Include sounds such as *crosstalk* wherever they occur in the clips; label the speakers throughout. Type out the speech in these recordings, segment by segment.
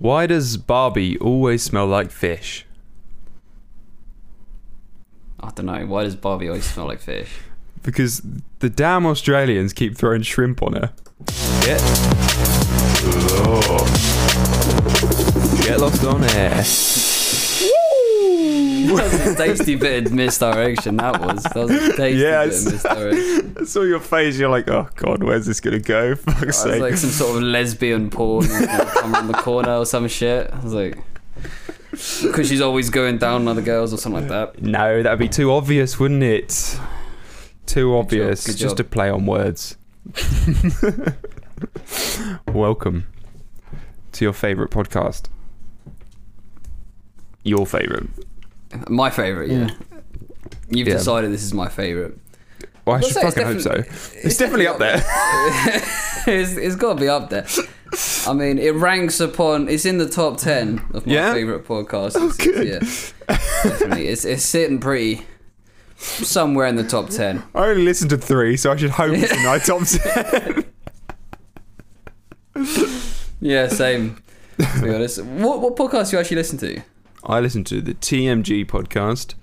Speaker 1: Why does Barbie always smell like fish?
Speaker 2: I don't know. Why does Barbie always smell
Speaker 1: *laughs*
Speaker 2: like fish?
Speaker 1: Because the damn Australians keep throwing shrimp on her. Get lost. Get lost on air.
Speaker 2: That was a tasty bit of misdirection. That was. That was a tasty
Speaker 1: Yes.
Speaker 2: bit of
Speaker 1: *laughs*
Speaker 2: misdirection.
Speaker 1: *laughs* I saw your face. You're like, oh god, where's this gonna go? Fuck's
Speaker 2: I was
Speaker 1: sake.
Speaker 2: like some sort of lesbian porn you know, come around the corner or some shit. I was like, because she's always going down on other girls or something like that.
Speaker 1: no, that'd be too obvious, wouldn't it? Too obvious.
Speaker 2: good
Speaker 1: Just
Speaker 2: job.
Speaker 1: a play on
Speaker 2: *laughs*
Speaker 1: words. Welcome to your favorite podcast. Your favorite.
Speaker 2: My favorite, yeah. You've
Speaker 1: Mm. Yeah.
Speaker 2: decided this is my favorite.
Speaker 1: Well, I
Speaker 2: Well,
Speaker 1: should
Speaker 2: so it's
Speaker 1: fucking hope so. It's definitely up there.
Speaker 2: *laughs* it's, it's got to be up there. I mean, it ranks upon. It's in the top ten of my
Speaker 1: Yeah? Oh,
Speaker 2: favorite podcasts.
Speaker 1: good.
Speaker 2: Yeah, definitely. It's it's sitting pretty somewhere in the top ten.
Speaker 1: I only listened to three, so I should hope it's in my top
Speaker 2: *laughs*
Speaker 1: ten.
Speaker 2: Yeah, same. To be honest, what what podcast do you actually listen to?
Speaker 1: *laughs* I listen to the TMG podcast,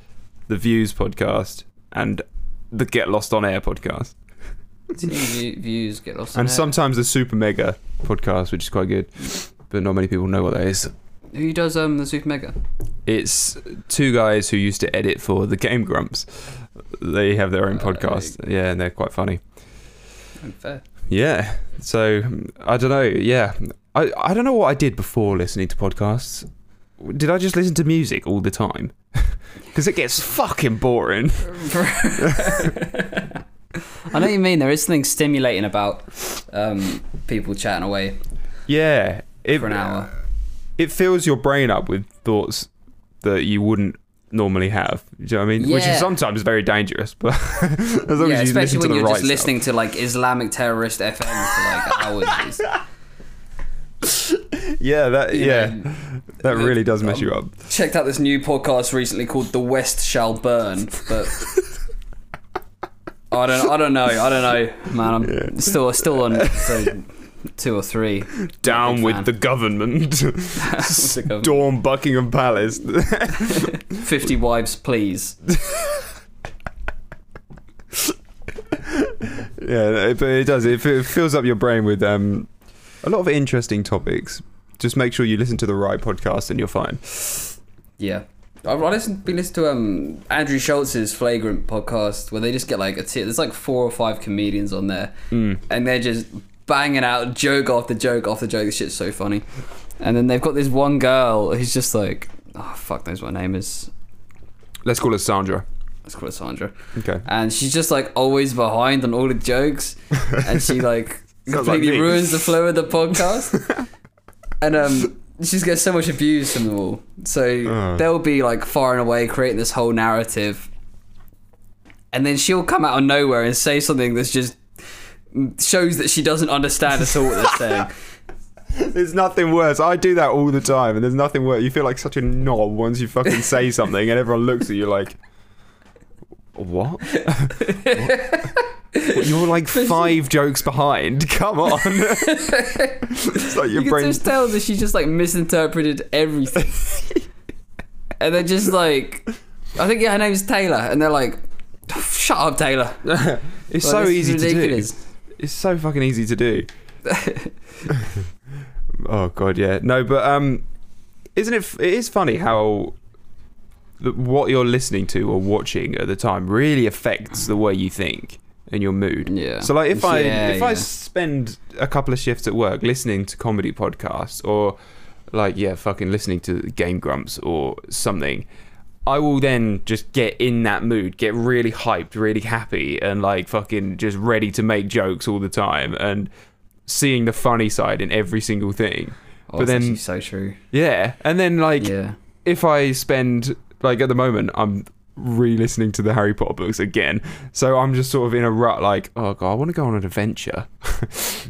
Speaker 1: the Views podcast, and the Get Lost on Air podcast.
Speaker 2: TV views get lost. in
Speaker 1: And
Speaker 2: it.
Speaker 1: sometimes the Super Mega podcast, which is quite good, but not many people know what that is.
Speaker 2: who does um the Super Mega?
Speaker 1: It's two guys who used to edit for the Game Grumps. They have their own
Speaker 2: Uh,
Speaker 1: podcast. Yeah, and they're quite funny.
Speaker 2: Unfair.
Speaker 1: Yeah. So I don't know. Yeah. I, I don't know what I did before listening to podcasts. Did I just listen to music all the time? *laughs* Because it gets fucking boring.
Speaker 2: I know what you mean. There is something stimulating about um people chatting away
Speaker 1: Yeah. It,
Speaker 2: for an hour.
Speaker 1: It fills your brain up with thoughts that you wouldn't normally have. Do you know what I mean? Which
Speaker 2: Yeah.
Speaker 1: is sometimes very dangerous, but *laughs* as long
Speaker 2: Yeah,
Speaker 1: as you
Speaker 2: especially
Speaker 1: listen to
Speaker 2: when
Speaker 1: the
Speaker 2: you're
Speaker 1: right
Speaker 2: just listening to like Islamic terrorist FM
Speaker 1: *laughs*
Speaker 2: for like hours. It's-
Speaker 1: Stuff. Yeah, that
Speaker 2: you
Speaker 1: yeah,
Speaker 2: know,
Speaker 1: that really does mess
Speaker 2: um,
Speaker 1: you up.
Speaker 2: checked out this new podcast recently called "The West Shall Burn," but I don't, I don't know, I don't know, man. I'm still, still on episode two or three.
Speaker 1: Down
Speaker 2: big
Speaker 1: with
Speaker 2: fan.
Speaker 1: the
Speaker 2: *laughs*
Speaker 1: government. *laughs* Storm Buckingham Palace. *laughs*
Speaker 2: Fifty wives, please.
Speaker 1: Yeah, but it does. It, it fills up your brain with um, a lot of interesting topics. Just make sure you listen to the right podcast and you're fine.
Speaker 2: Yeah. I I listen, been listening to um, Andrew Schultz's Flagrant podcast where they just get like a tier. There's like four or five comedians on there, and they're just banging out joke after joke after joke. This shit's so funny. And then they've got this one girl who's just like, oh fuck knows what her name is.
Speaker 1: Let's call it Sandra.
Speaker 2: Let's call her Sandra.
Speaker 1: Okay.
Speaker 2: And she's just like always behind on all the jokes, and
Speaker 1: *laughs*
Speaker 2: she like
Speaker 1: Sounds like
Speaker 2: completely
Speaker 1: me.
Speaker 2: ruins the flow of the podcast.
Speaker 1: *laughs*
Speaker 2: and um, she's gets so much abuse from them all. So
Speaker 1: Uh.
Speaker 2: they'll be like far and away creating this whole narrative, and then she'll come out of nowhere and say something that's just shows that she doesn't understand at all what they're
Speaker 1: *laughs*
Speaker 2: saying.
Speaker 1: There's nothing worse. I do that all the time, and there's nothing worse. You feel like such a knob once you fucking
Speaker 2: *laughs*
Speaker 1: say something, and everyone looks at you like,
Speaker 2: *laughs*
Speaker 1: "What?" What? You're like five jokes behind. *laughs* Come on. it's like your
Speaker 2: you
Speaker 1: brain. *laughs*
Speaker 2: can just tell that she just like misinterpreted everything.
Speaker 1: *laughs*
Speaker 2: and they're just like, I think yeah, her name's Taylor, and they're like, shut up, Taylor.
Speaker 1: it's
Speaker 2: Like,
Speaker 1: so
Speaker 2: this is
Speaker 1: easy to do.
Speaker 2: ridiculous.
Speaker 1: It's so fucking easy to do. oh god, yeah. No, but um, isn't it? It is funny how the, what you're listening to or watching at the time really affects the way you think and your mood.
Speaker 2: Yeah.
Speaker 1: So like, if I
Speaker 2: Yeah,
Speaker 1: if I
Speaker 2: yeah.
Speaker 1: spend a couple of shifts at work listening to comedy podcasts or like yeah, fucking listening to Game Grumps or something. I will then just get in that mood, get really hyped, really happy, and like fucking just ready to make jokes all the time and seeing the funny side in every single thing.
Speaker 2: Oh,
Speaker 1: but
Speaker 2: that's
Speaker 1: then,
Speaker 2: actually so true.
Speaker 1: yeah. And then, like,
Speaker 2: Yeah.
Speaker 1: if I spend, like, at the moment, I'm re listening to the Harry Potter books again. So I'm just sort of in a rut, like, oh, God, I want to go on an adventure. *laughs*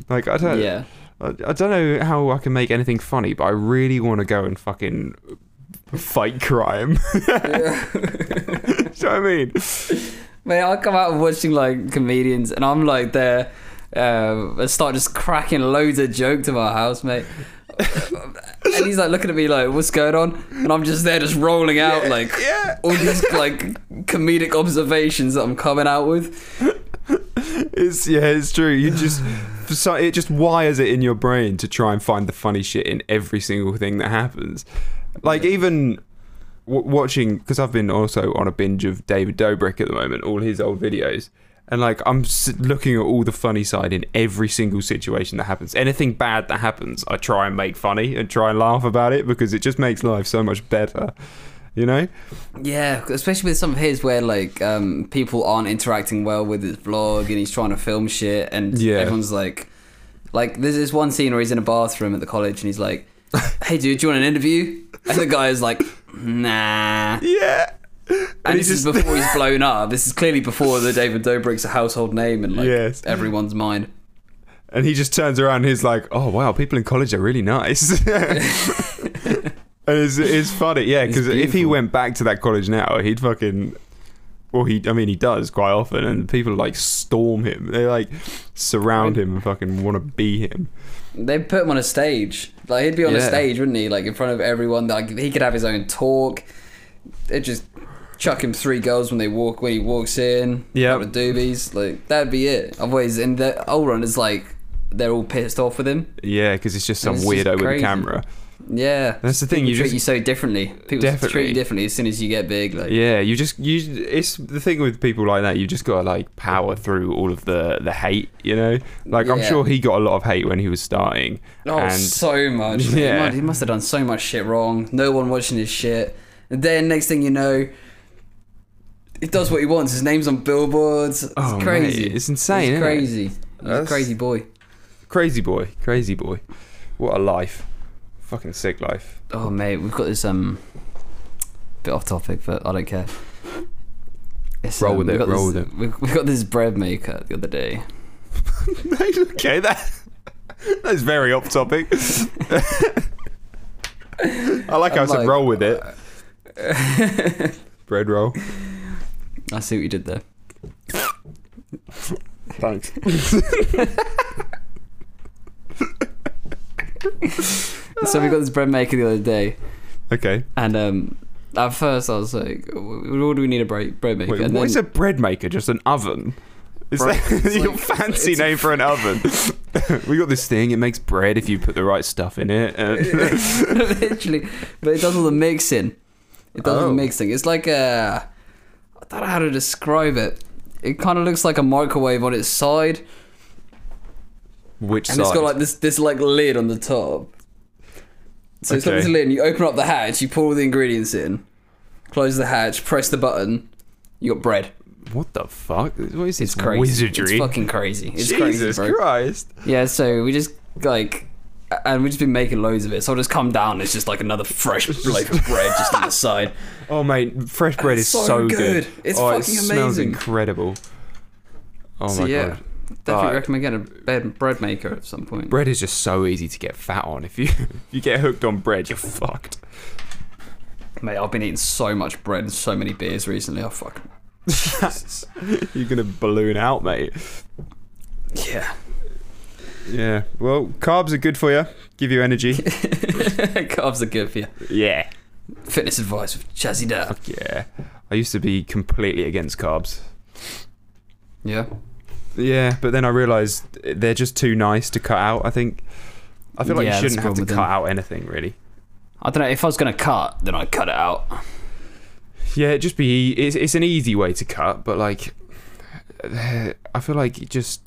Speaker 1: like, I don't. *laughs*
Speaker 2: Yeah.
Speaker 1: I, I don't know how I can make anything funny, but I really want to go and fucking fight crime. *laughs*
Speaker 2: *laughs*
Speaker 1: Do you know what I mean?
Speaker 2: Man, I come out of watching like comedians, and I'm like there,
Speaker 1: *laughs*
Speaker 2: uh, um, and start just cracking loads of jokes about house, mate. and he's like looking at me like, "What's going on?" And I'm just there, just rolling out
Speaker 1: Yeah,
Speaker 2: like
Speaker 1: yeah.
Speaker 2: all these like comedic observations that I'm coming out with.
Speaker 1: It's yeah, it's true. You just for so it just wires it in your brain to try and find the funny shit in every single thing that happens. Like even w- watching because I've been also on a binge of David Dobrik at the moment, all his old videos. And like I'm s- looking at all the funny side in every single situation that happens. Anything bad that happens, I try and make funny and try and laugh about it because it just makes life so much better. You know?
Speaker 2: Yeah, especially with some of his where like um, people aren't interacting well with his vlog, and he's trying to film shit, and
Speaker 1: Yeah.
Speaker 2: everyone's like, like there's this one scene where he's in a bathroom at the college, and he's like, "Hey, dude, do you want an interview?" And the guy is like, "Nah."
Speaker 1: *laughs* Yeah.
Speaker 2: And this
Speaker 1: *laughs*
Speaker 2: is before he's blown up. This is clearly before the David Dobrik's a household name in like
Speaker 1: Yes.
Speaker 2: everyone's mind.
Speaker 1: And he just turns around and he's like, "Oh wow, people in college are really nice." *laughs* and it's, it's funny, yeah,
Speaker 2: It's
Speaker 1: because if he
Speaker 2: beautiful.
Speaker 1: went back to that college now, he'd fucking. Well, he, I mean, he does quite often, and people like storm him. They like surround him and fucking want to be him.
Speaker 2: They put him on a stage. Like he'd be on a
Speaker 1: Yeah.
Speaker 2: stage, wouldn't he? Like in front of everyone. Like he could have his own talk. They just chuck him three girls when they walk when he walks in.
Speaker 1: Yep.
Speaker 2: Out of doobies. Like that'd be it. Otherwise, in the old run is like they're all pissed off with him.
Speaker 1: Yeah, because it's just some
Speaker 2: It's just
Speaker 1: weirdo with a
Speaker 2: crazy.
Speaker 1: camera.
Speaker 2: Yeah.
Speaker 1: That's the thing,
Speaker 2: People
Speaker 1: you
Speaker 2: treat
Speaker 1: just-
Speaker 2: you so differently. People treat
Speaker 1: Definitely.
Speaker 2: you differently as soon as you get big. Like
Speaker 1: Yeah, you just you. It's the thing with people like that. You just gotta like power through all of the the hate. You know, like I'm
Speaker 2: Yeah.
Speaker 1: sure he got a lot of hate when he was starting.
Speaker 2: Oh, so much.
Speaker 1: Yeah.
Speaker 2: *laughs* Yeah. He, must, he must have done so much shit wrong. No one watching his shit. And then next thing you know, he does what he wants. His name's on billboards. It's
Speaker 1: Oh,
Speaker 2: crazy.
Speaker 1: mate, it's insane, isn't
Speaker 2: It's
Speaker 1: it?
Speaker 2: crazy. He's
Speaker 1: That's-
Speaker 2: a crazy boy.
Speaker 1: Crazy boy, crazy boy. What a life. Fucking sick *laughs* life.
Speaker 2: Oh mate, we've got this um bit off topic, but I don't care. It's, um,
Speaker 1: Roll with
Speaker 2: we've
Speaker 1: it,
Speaker 2: got
Speaker 1: roll
Speaker 2: this-
Speaker 1: with
Speaker 2: We, we got this bread maker the other day.
Speaker 1: okay, that *laughs* that's very off topic. *laughs* I like how I
Speaker 2: I'm
Speaker 1: said
Speaker 2: like-
Speaker 1: roll with
Speaker 2: *laughs*
Speaker 1: it. Bread roll.
Speaker 2: I see what you did there.
Speaker 1: Thanks.
Speaker 2: So we got this bread maker the other day,
Speaker 1: Okay.
Speaker 2: and um, at first I was like, "What do we need a bread bread maker?"
Speaker 1: Wait,
Speaker 2: and
Speaker 1: what
Speaker 2: then-
Speaker 1: is a bread maker? Just an oven? Is
Speaker 2: Bread-
Speaker 1: that *laughs*
Speaker 2: it's
Speaker 1: your
Speaker 2: like-
Speaker 1: fancy
Speaker 2: it's a-
Speaker 1: name for an
Speaker 2: *laughs*
Speaker 1: oven? *laughs* we got this thing. It makes bread if you put the right stuff in it. Uh,
Speaker 2: *laughs*
Speaker 1: *laughs*
Speaker 2: literally. But it does all the mixing. It does all
Speaker 1: Oh.
Speaker 2: the mixing. It's like a. I don't know how to describe it. It kind of looks like a microwave on its side,
Speaker 1: which
Speaker 2: and
Speaker 1: side?
Speaker 2: it's got like this this like lid on the top. So it's got
Speaker 1: Okay.
Speaker 2: this lid, and you open up the hatch, you pour all the ingredients in, close the hatch, press the button, you got bread.
Speaker 1: what the fuck? What is this
Speaker 2: It's crazy.
Speaker 1: wizardry?
Speaker 2: It's fucking crazy. It's
Speaker 1: Jesus
Speaker 2: crazy, bro.
Speaker 1: Christ.
Speaker 2: Yeah, so we just like, and we've just been making loads of it. So I'll just come down. And it's just like
Speaker 1: *laughs*
Speaker 2: another fresh loaf of bread just on the side.
Speaker 1: Oh mate, fresh bread is
Speaker 2: It's so
Speaker 1: so good.
Speaker 2: good. It's
Speaker 1: oh, it
Speaker 2: fucking
Speaker 1: smells
Speaker 2: amazing.
Speaker 1: incredible. Oh
Speaker 2: So
Speaker 1: my
Speaker 2: yeah,
Speaker 1: god,
Speaker 2: definitely
Speaker 1: Alright.
Speaker 2: recommend getting a bed, bread maker at some point.
Speaker 1: bread is just so easy to get fat on. If you *laughs* if you get hooked on bread, you're fucked. *laughs*
Speaker 2: Mate, I've been eating so much bread and so many beers recently. I fucking
Speaker 1: You're gonna balloon out, mate.
Speaker 2: *laughs* yeah.
Speaker 1: Yeah. Well, carbs are good for you. Give you energy.
Speaker 2: Carbs are good for you.
Speaker 1: *laughs* yeah.
Speaker 2: Fitness advice with Chazzy Dad.
Speaker 1: Yeah. I used to be completely against carbs.
Speaker 2: Yeah.
Speaker 1: Yeah, but then I realised they're just too nice to cut out. I think. I feel like
Speaker 2: Yeah, that's
Speaker 1: you
Speaker 2: the
Speaker 1: shouldn't have to
Speaker 2: problem with
Speaker 1: cut
Speaker 2: them.
Speaker 1: out anything really.
Speaker 2: I don't know. If I was gonna cut, then I'd cut it out.
Speaker 1: Yeah, it'd just be e, it's, it's an easy way to cut, but like I feel like you just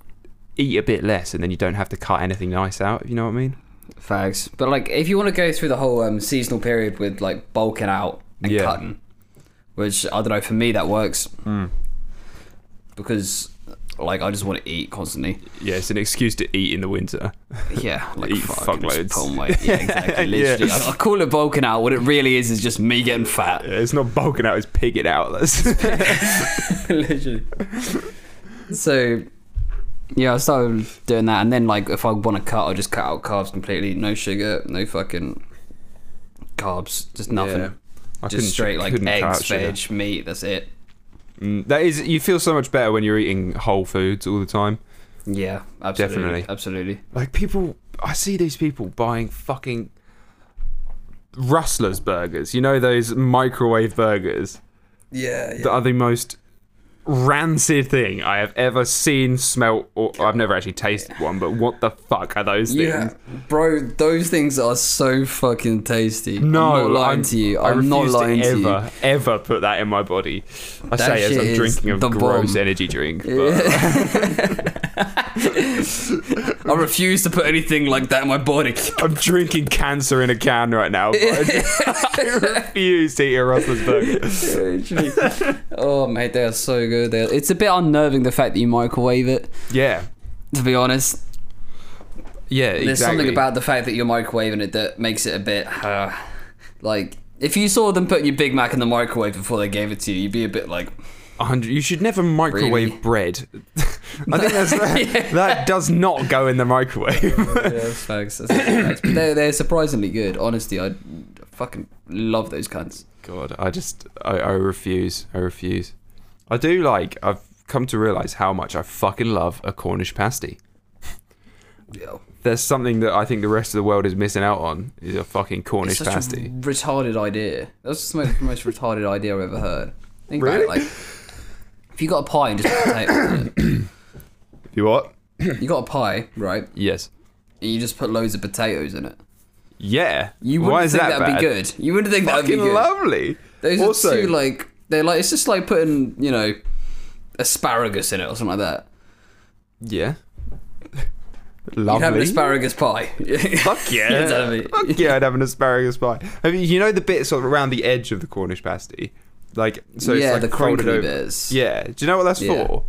Speaker 1: eat a bit less and then you don't have to cut anything nice out, if you know what I mean?
Speaker 2: Fags. But like, if you want to go through the whole um, seasonal period with like bulking out and
Speaker 1: Yeah.
Speaker 2: cutting, which I don't know, for me that works
Speaker 1: Hmm.
Speaker 2: because like I just want to
Speaker 1: *laughs*
Speaker 2: eat constantly.
Speaker 1: Yeah, it's an excuse to eat in the winter.
Speaker 2: Yeah, like
Speaker 1: Eat
Speaker 2: fuck,
Speaker 1: fuck
Speaker 2: I'm just
Speaker 1: loads.
Speaker 2: pulling weight. Yeah, exactly.
Speaker 1: *laughs* Yeah. *laughs*
Speaker 2: Literally, I, I call it bulking out. What it really is is just me getting fat.
Speaker 1: It's not bulking out, it's pigging out. *laughs* That's
Speaker 2: Literally. So, yeah, I started doing that, and then like if I want to cut, I just cut out carbs completely. No sugar, no fucking carbs, just nothing.
Speaker 1: Yeah. I couldn't-
Speaker 2: just straight like
Speaker 1: couldn't cut out
Speaker 2: eggs,
Speaker 1: sugar.
Speaker 2: veg, meat. That's it.
Speaker 1: Mm, that is you feel so much better when you're eating whole foods all the time.
Speaker 2: Yeah, absolutely,
Speaker 1: Definitely.
Speaker 2: absolutely.
Speaker 1: Like people I see these people buying fucking Rustler's burgers. You know those microwave burgers
Speaker 2: Yeah, yeah.
Speaker 1: that are the most rancid thing I have ever seen, smelt, or I've never actually tasted one. But what the fuck are those things?
Speaker 2: Yeah, bro, those things are so fucking tasty.
Speaker 1: No,
Speaker 2: I'm not lying
Speaker 1: I'm-
Speaker 2: to you.
Speaker 1: I
Speaker 2: I'm not
Speaker 1: refuse
Speaker 2: lying
Speaker 1: to
Speaker 2: to,
Speaker 1: ever, ever put that in my body. I
Speaker 2: That
Speaker 1: say as
Speaker 2: shit
Speaker 1: I'm
Speaker 2: is
Speaker 1: drinking a
Speaker 2: the
Speaker 1: gross
Speaker 2: bomb.
Speaker 1: energy drink. But
Speaker 2: you. I refuse to put anything like that in my body.
Speaker 1: I'm drinking cancer in a can right now. But I,
Speaker 2: *laughs*
Speaker 1: just- *laughs* I refuse to eat a Rustler's burger.
Speaker 2: *laughs* oh, mate, they are so good. They are, it's a bit unnerving the fact that you microwave it.
Speaker 1: Yeah,
Speaker 2: To be honest,
Speaker 1: yeah, exactly.
Speaker 2: there's something about the fact that you're microwaving it that makes it a bit uh, like if you saw them putting your Big Mac in the microwave before they gave it to you, you'd be a bit like,
Speaker 1: 100 you should never microwave
Speaker 2: Really?
Speaker 1: bread *laughs* i think
Speaker 2: *laughs*
Speaker 1: that's that does not go in the microwave
Speaker 2: *laughs* yeah, facts. That's facts. *coughs* But they're, they're surprisingly good. Honestly, I fucking love those cunts.
Speaker 1: god i just I, I refuse i refuse i do like i've come to realize how much i fucking love a cornish pasty
Speaker 2: Yo.
Speaker 1: there's something that i think the rest of the world is missing out on is a fucking cornish
Speaker 2: It's such a
Speaker 1: pasty
Speaker 2: retarded idea. That's just the most, the most retarded idea I've ever heard. Think
Speaker 1: Really?
Speaker 2: about it. Like, if you got a pie and just put potatoes in
Speaker 1: you what
Speaker 2: it, you got a pie, right?
Speaker 1: yes
Speaker 2: And you just put loads of potatoes in it.
Speaker 1: yeah
Speaker 2: You wouldn't
Speaker 1: why is
Speaker 2: think
Speaker 1: that
Speaker 2: that'd
Speaker 1: bad?
Speaker 2: be good. You wouldn't think that'd be
Speaker 1: fucking
Speaker 2: good.
Speaker 1: lovely
Speaker 2: Those
Speaker 1: also
Speaker 2: are two like they're like it's just like putting you know asparagus in it or something like that. *laughs*
Speaker 1: yeah
Speaker 2: You'd have an
Speaker 1: lovely
Speaker 2: asparagus pie.
Speaker 1: *laughs*
Speaker 2: *laughs*
Speaker 1: Fuck yeah.
Speaker 2: You'd have it.
Speaker 1: Fuck yeah, I'd have an asparagus pie. Have you, you know the bit sort of around the edge of the Cornish pasty? Like so
Speaker 2: yeah,
Speaker 1: it's like
Speaker 2: the
Speaker 1: folded
Speaker 2: crinkly
Speaker 1: over.
Speaker 2: bits.
Speaker 1: Yeah. Do you know what that's
Speaker 2: Yeah.
Speaker 1: for?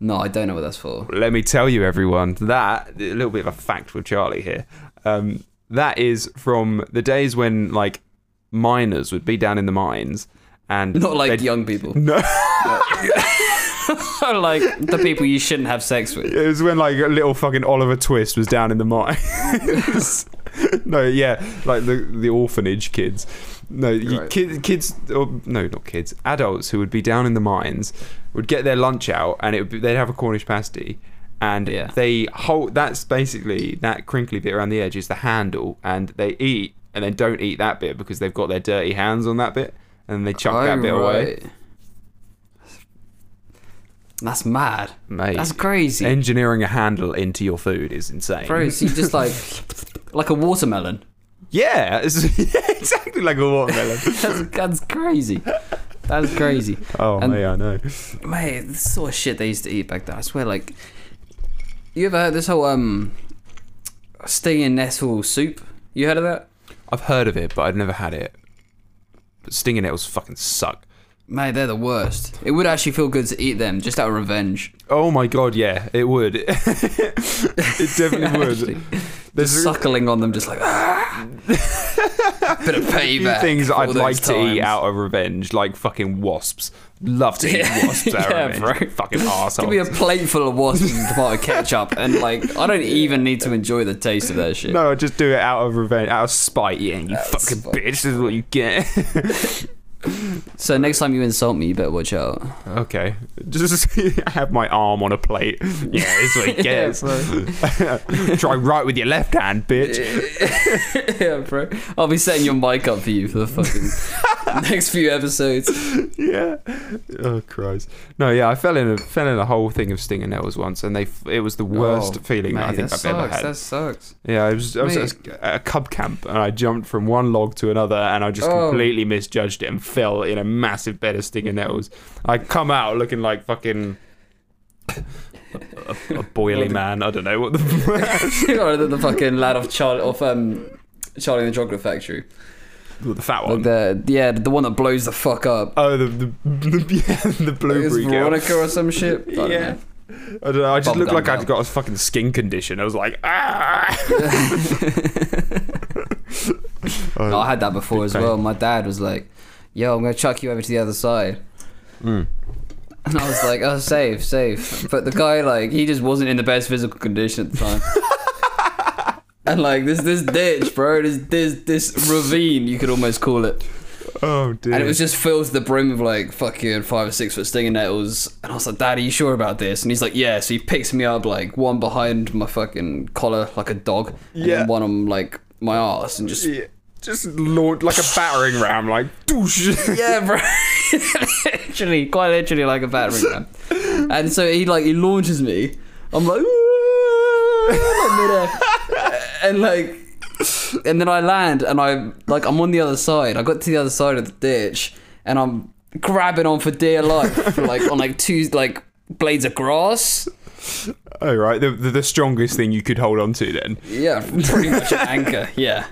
Speaker 2: No, I don't know what that's for.
Speaker 1: Let me tell you everyone, that a little bit of a fact with Charlie here. Um, that is from the days when like miners would be down in the mines and
Speaker 2: Not like
Speaker 1: they'd-
Speaker 2: young people.
Speaker 1: No.
Speaker 2: *laughs* like the people you shouldn't have sex with.
Speaker 1: It was when like a little fucking Oliver Twist was down in the
Speaker 2: *laughs*
Speaker 1: mines. no, yeah, like the the orphanage kids. No, you,
Speaker 2: Right.
Speaker 1: kids, kids, or no, not kids, adults who would be down in the mines would get their lunch out, and it would be, they'd have a Cornish pasty, and
Speaker 2: Yeah.
Speaker 1: they hold. That's basically that crinkly bit around the edge is the handle, and they eat and then don't eat that bit because they've got their dirty hands on that bit, and they chuck that bit away.
Speaker 2: Alright. That's mad.
Speaker 1: Mate,
Speaker 2: That's crazy.
Speaker 1: engineering a handle into your food is insane.
Speaker 2: Bro, so you just
Speaker 1: *laughs*
Speaker 2: like like a watermelon.
Speaker 1: Yeah, it's *laughs* yeah, exactly like a watermelon.
Speaker 2: That's, that's crazy. That's crazy.
Speaker 1: oh,
Speaker 2: And-
Speaker 1: mate, I know.
Speaker 2: Mate, this sort of shit they used to eat back then. I swear, like, you ever heard this whole um, sting and nettle soup? You heard of that?
Speaker 1: I've heard of it, but I've never had it. But stinging nettles fucking suck.
Speaker 2: Mate, they're the worst. It would actually feel good to eat them just out
Speaker 1: *laughs*
Speaker 2: of revenge.
Speaker 1: Oh my god, yeah, it would. *laughs* it definitely
Speaker 2: Actually,
Speaker 1: would. There's a
Speaker 2: Suckling on them, just like ah,
Speaker 1: *laughs*
Speaker 2: bit of
Speaker 1: few
Speaker 2: payback.
Speaker 1: things
Speaker 2: for all
Speaker 1: I'd
Speaker 2: those
Speaker 1: like to eat
Speaker 2: times.
Speaker 1: out of revenge, like fucking wasps. Love to eat wasps out
Speaker 2: Yeah,
Speaker 1: of revenge.
Speaker 2: bro.
Speaker 1: Fucking arsehole.
Speaker 2: Give me a plate full of wasps and *laughs* tomato ketchup, and like I don't even need to enjoy the taste of that shit.
Speaker 1: No, just do it out of revenge, out of spite. Yeah, you fucking
Speaker 2: spite.
Speaker 1: bitch. This is what you get. *laughs*
Speaker 2: So next time you insult me, you better watch out.
Speaker 1: okay, just *laughs* have my arm on a plate. Yeah, this is what you
Speaker 2: *laughs* Yeah,
Speaker 1: get. *laughs* Try right with your left hand, bitch.
Speaker 2: *laughs* yeah, bro. I'll be setting your mic up for you for the *laughs* fucking next few episodes.
Speaker 1: yeah. Oh Christ. No, yeah, I fell in a fell in a whole thing of sting and nails once, and they f- it was the worst
Speaker 2: Oh,
Speaker 1: feeling
Speaker 2: Mate,
Speaker 1: I think I've
Speaker 2: that
Speaker 1: ever
Speaker 2: sucks.
Speaker 1: had.
Speaker 2: That *laughs* sucks.
Speaker 1: Yeah, I was, I was
Speaker 2: Mate.
Speaker 1: at a cub camp, and I jumped from one log to another, and I just
Speaker 2: Oh.
Speaker 1: completely misjudged it and fell in a massive bed of sting and nails. I come out looking like fucking. A, a, a boily man. I don't know *laughs* what the *laughs*
Speaker 2: or the, the fucking lad of Charlie of um Charlie and the Chocolate Factory.
Speaker 1: the fat
Speaker 2: Like
Speaker 1: one.
Speaker 2: the yeah, the one that blows the fuck up.
Speaker 1: oh, the the *laughs* the, yeah, the
Speaker 2: It's
Speaker 1: blueberry girl.
Speaker 2: Veronica or some *laughs* shit. I don't
Speaker 1: Yeah.
Speaker 2: know.
Speaker 1: I don't know. I just
Speaker 2: Bum
Speaker 1: looked
Speaker 2: dum
Speaker 1: like
Speaker 2: dum.
Speaker 1: I'd got a fucking skin condition. I was like, ah. *laughs* *laughs* Oh,
Speaker 2: No, I had that before
Speaker 1: big
Speaker 2: as
Speaker 1: pain.
Speaker 2: well. My dad was like, "Yo, I'm gonna chuck you over to the other side."
Speaker 1: Mm.
Speaker 2: And I was like, "Oh, safe, safe." But the guy, like, he just wasn't in the best physical condition at
Speaker 1: *laughs*
Speaker 2: the time. and like this, this ditch, bro, this this this ravine, you could almost call it,
Speaker 1: oh dear.
Speaker 2: and it was just filled to the brim with like fucking five or six foot stinging nettles. And I was like, "Dad, are you sure about this?" And he's like, "Yeah." So he picks me up like one behind my fucking collar, like a dog, and
Speaker 1: Yeah.
Speaker 2: then one on like my ass, and just
Speaker 1: Yeah. just launch like a battering ram, like *laughs* douche.
Speaker 2: Yeah, bro. *laughs* literally, quite literally like a battering ram. And so he like he launches me. I'm like, like midair. *laughs* and like, and then I land and I like I'm on the other side. I got to the other side of the ditch and I'm grabbing on for dear life, like on like two like blades of grass.
Speaker 1: Oh right, the, the the strongest thing you could hold on to then.
Speaker 2: Yeah, pretty much
Speaker 1: *laughs*
Speaker 2: an anchor. Yeah,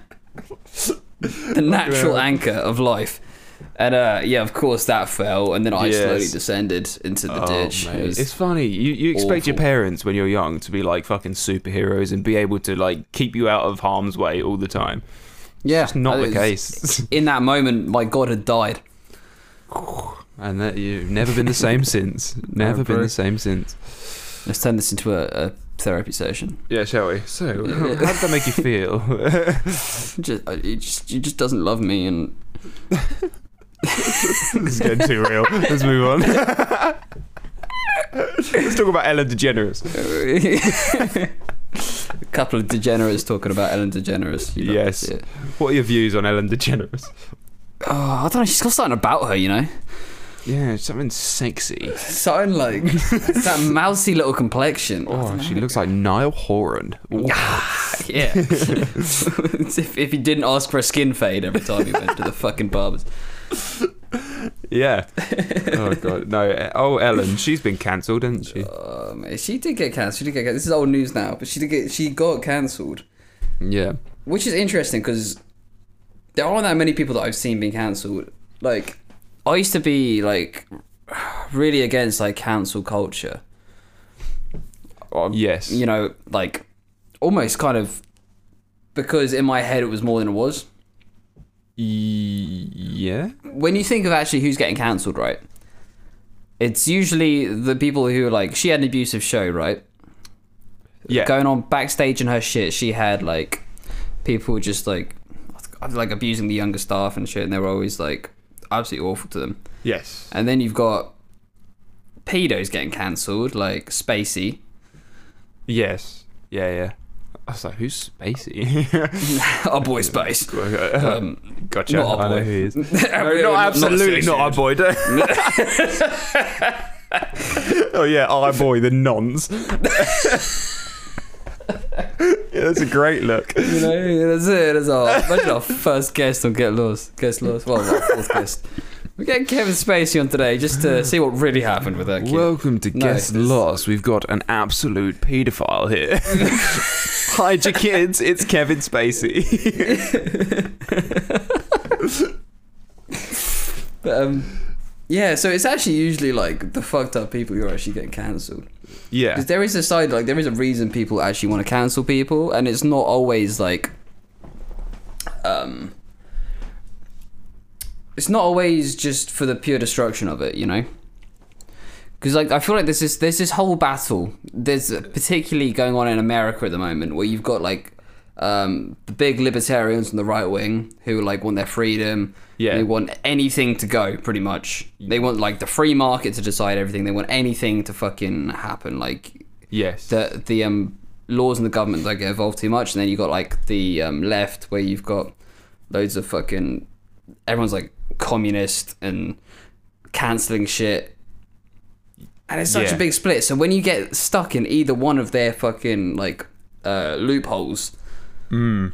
Speaker 2: the natural anchor of life. And uh, yeah, of course that fell, and then I
Speaker 1: Yes. Oh,
Speaker 2: slowly descended into the ditch. It was-
Speaker 1: It's funny. You you expect your
Speaker 2: awful.
Speaker 1: parents when you're young to be like fucking superheroes and be able to like keep you out of harm's way all the time.
Speaker 2: yeah,
Speaker 1: It's not
Speaker 2: it
Speaker 1: the
Speaker 2: was-
Speaker 1: case.
Speaker 2: *laughs* In that moment, my god had died.
Speaker 1: And that you've never
Speaker 2: *laughs*
Speaker 1: been the same since. Never been
Speaker 2: bro.
Speaker 1: the same since.
Speaker 2: Let's turn this into a, a therapy session.
Speaker 1: Yeah, shall we? So, how did that make you feel? *laughs*
Speaker 2: Just, uh, it just, it just doesn't love me, and *laughs*
Speaker 1: this is getting too real. *laughs* Let's move on. Let's talk about Ellen DeGeneres.
Speaker 2: a couple of degenerates talking about Ellen DeGeneres. You'd love to
Speaker 1: Yes.
Speaker 2: see it.
Speaker 1: What are your views on Ellen DeGeneres?
Speaker 2: Oh, I don't know. She's got something about her, you know.
Speaker 1: Yeah, something sexy.
Speaker 2: Something like it's that mousy little complexion.
Speaker 1: Oh, she looks like Niall Horan. Ooh.
Speaker 2: Yeah. *laughs* It's if, if he didn't ask for a skin fade every time he went to the fucking barbers.
Speaker 1: *laughs* Yeah. Oh god, no. Oh, Ellen, she's been cancelled, hasn't she?
Speaker 2: Um, she did get cancelled. She did get cancelled. This is old news now, but she did get she got cancelled,
Speaker 1: Yeah.
Speaker 2: which is interesting because there aren't that many people that I've seen being cancelled. Like, I used to be like really against like cancel culture. Or,
Speaker 1: Yes.
Speaker 2: You know, like almost kind of because in my head it was more than it was.
Speaker 1: Y- yeah.
Speaker 2: when you think of actually who's getting cancelled, right? It's usually the people who are like she had an abusive show, right?
Speaker 1: Yeah.
Speaker 2: Going on backstage in her shit, she had like people just like like abusing the younger staff and shit, and they were always like absolutely awful to them.
Speaker 1: yes.
Speaker 2: And then you've got pedos getting cancelled, like Spacey. *laughs*
Speaker 1: Yes. Yeah, yeah. I was like, who's Spacey? *laughs*
Speaker 2: our boy Space. Um,
Speaker 1: gotcha.
Speaker 2: not our
Speaker 1: I know
Speaker 2: boy.
Speaker 1: who he is.
Speaker 2: *laughs* No,
Speaker 1: no, absolutely not, our boy. don't- *laughs* oh yeah, our boy, the nonce. *laughs* yeah, that's a great look.
Speaker 2: You know, that's it. That's our imagine our first guest on Get Lost. Guest Lost. Well, our fourth guest. We get Kevin Spacey on today just to see what really happened with that kid.
Speaker 1: Welcome to
Speaker 2: No,
Speaker 1: Guest
Speaker 2: it's-
Speaker 1: Lost. We've got an absolute paedophile here. *laughs* Hide your kids. It's Kevin Spacey.
Speaker 2: But, um, yeah, so it's actually usually like the fucked up people who are actually getting cancelled.
Speaker 1: *laughs* yeah.
Speaker 2: Because there is a side like there is a reason people actually want to cancel people, and it's not always like, um, it's not always just for the pure destruction of it, you know. Because like I feel like there's this there's this whole battle there's particularly going on in America at the moment where you've got like um, the big libertarians and the right wing who like want their freedom.
Speaker 1: Yeah.
Speaker 2: They want anything to go pretty much. They want like the free market to decide everything. They want anything to fucking happen. Like
Speaker 1: Yes.
Speaker 2: the the um, laws and the government don't get involved too much, and then you got like the um, left where you've got loads of fucking everyone's like communist and canceling shit, and it's such
Speaker 1: Yeah.
Speaker 2: a big split. So when you get stuck in either one of their fucking like uh, loopholes,
Speaker 1: Mm.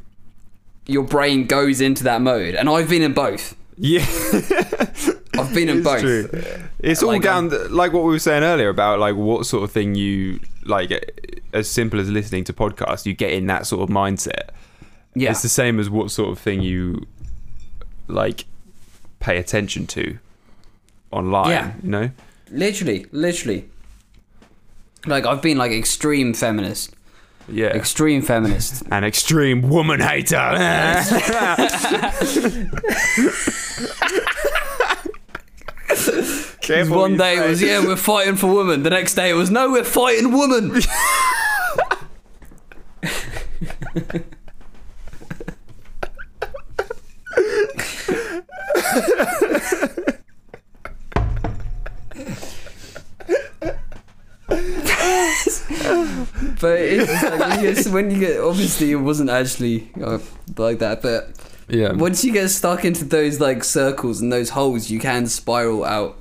Speaker 2: your brain goes into that mode, and I've been in both.
Speaker 1: yeah.
Speaker 2: I've been in both.
Speaker 1: It's true. It's all
Speaker 2: Like,
Speaker 1: down th- like um, what we were saying earlier about like what sort of thing you like. eh, As simple as listening to podcasts, you get in that sort of mindset.
Speaker 2: Yeah.
Speaker 1: It's the same as what sort of thing you like pay attention to online.
Speaker 2: Yeah.
Speaker 1: You know.
Speaker 2: Literally, literally. Like I've been like extreme feminist,
Speaker 1: Yeah.
Speaker 2: extreme
Speaker 1: *laughs*
Speaker 2: feminist.
Speaker 1: An extreme woman
Speaker 2: *laughs*
Speaker 1: hater. Careful what
Speaker 2: One
Speaker 1: you
Speaker 2: day it was
Speaker 1: say.
Speaker 2: yeah, we're fighting for women. The next day it was no, we're
Speaker 1: *laughs*
Speaker 2: fighting woman. but it's like, it's when you get obviously it wasn't actually uh, like that, but
Speaker 1: Yeah.
Speaker 2: Once you get stuck into those like circles and those holes, you can spiral out.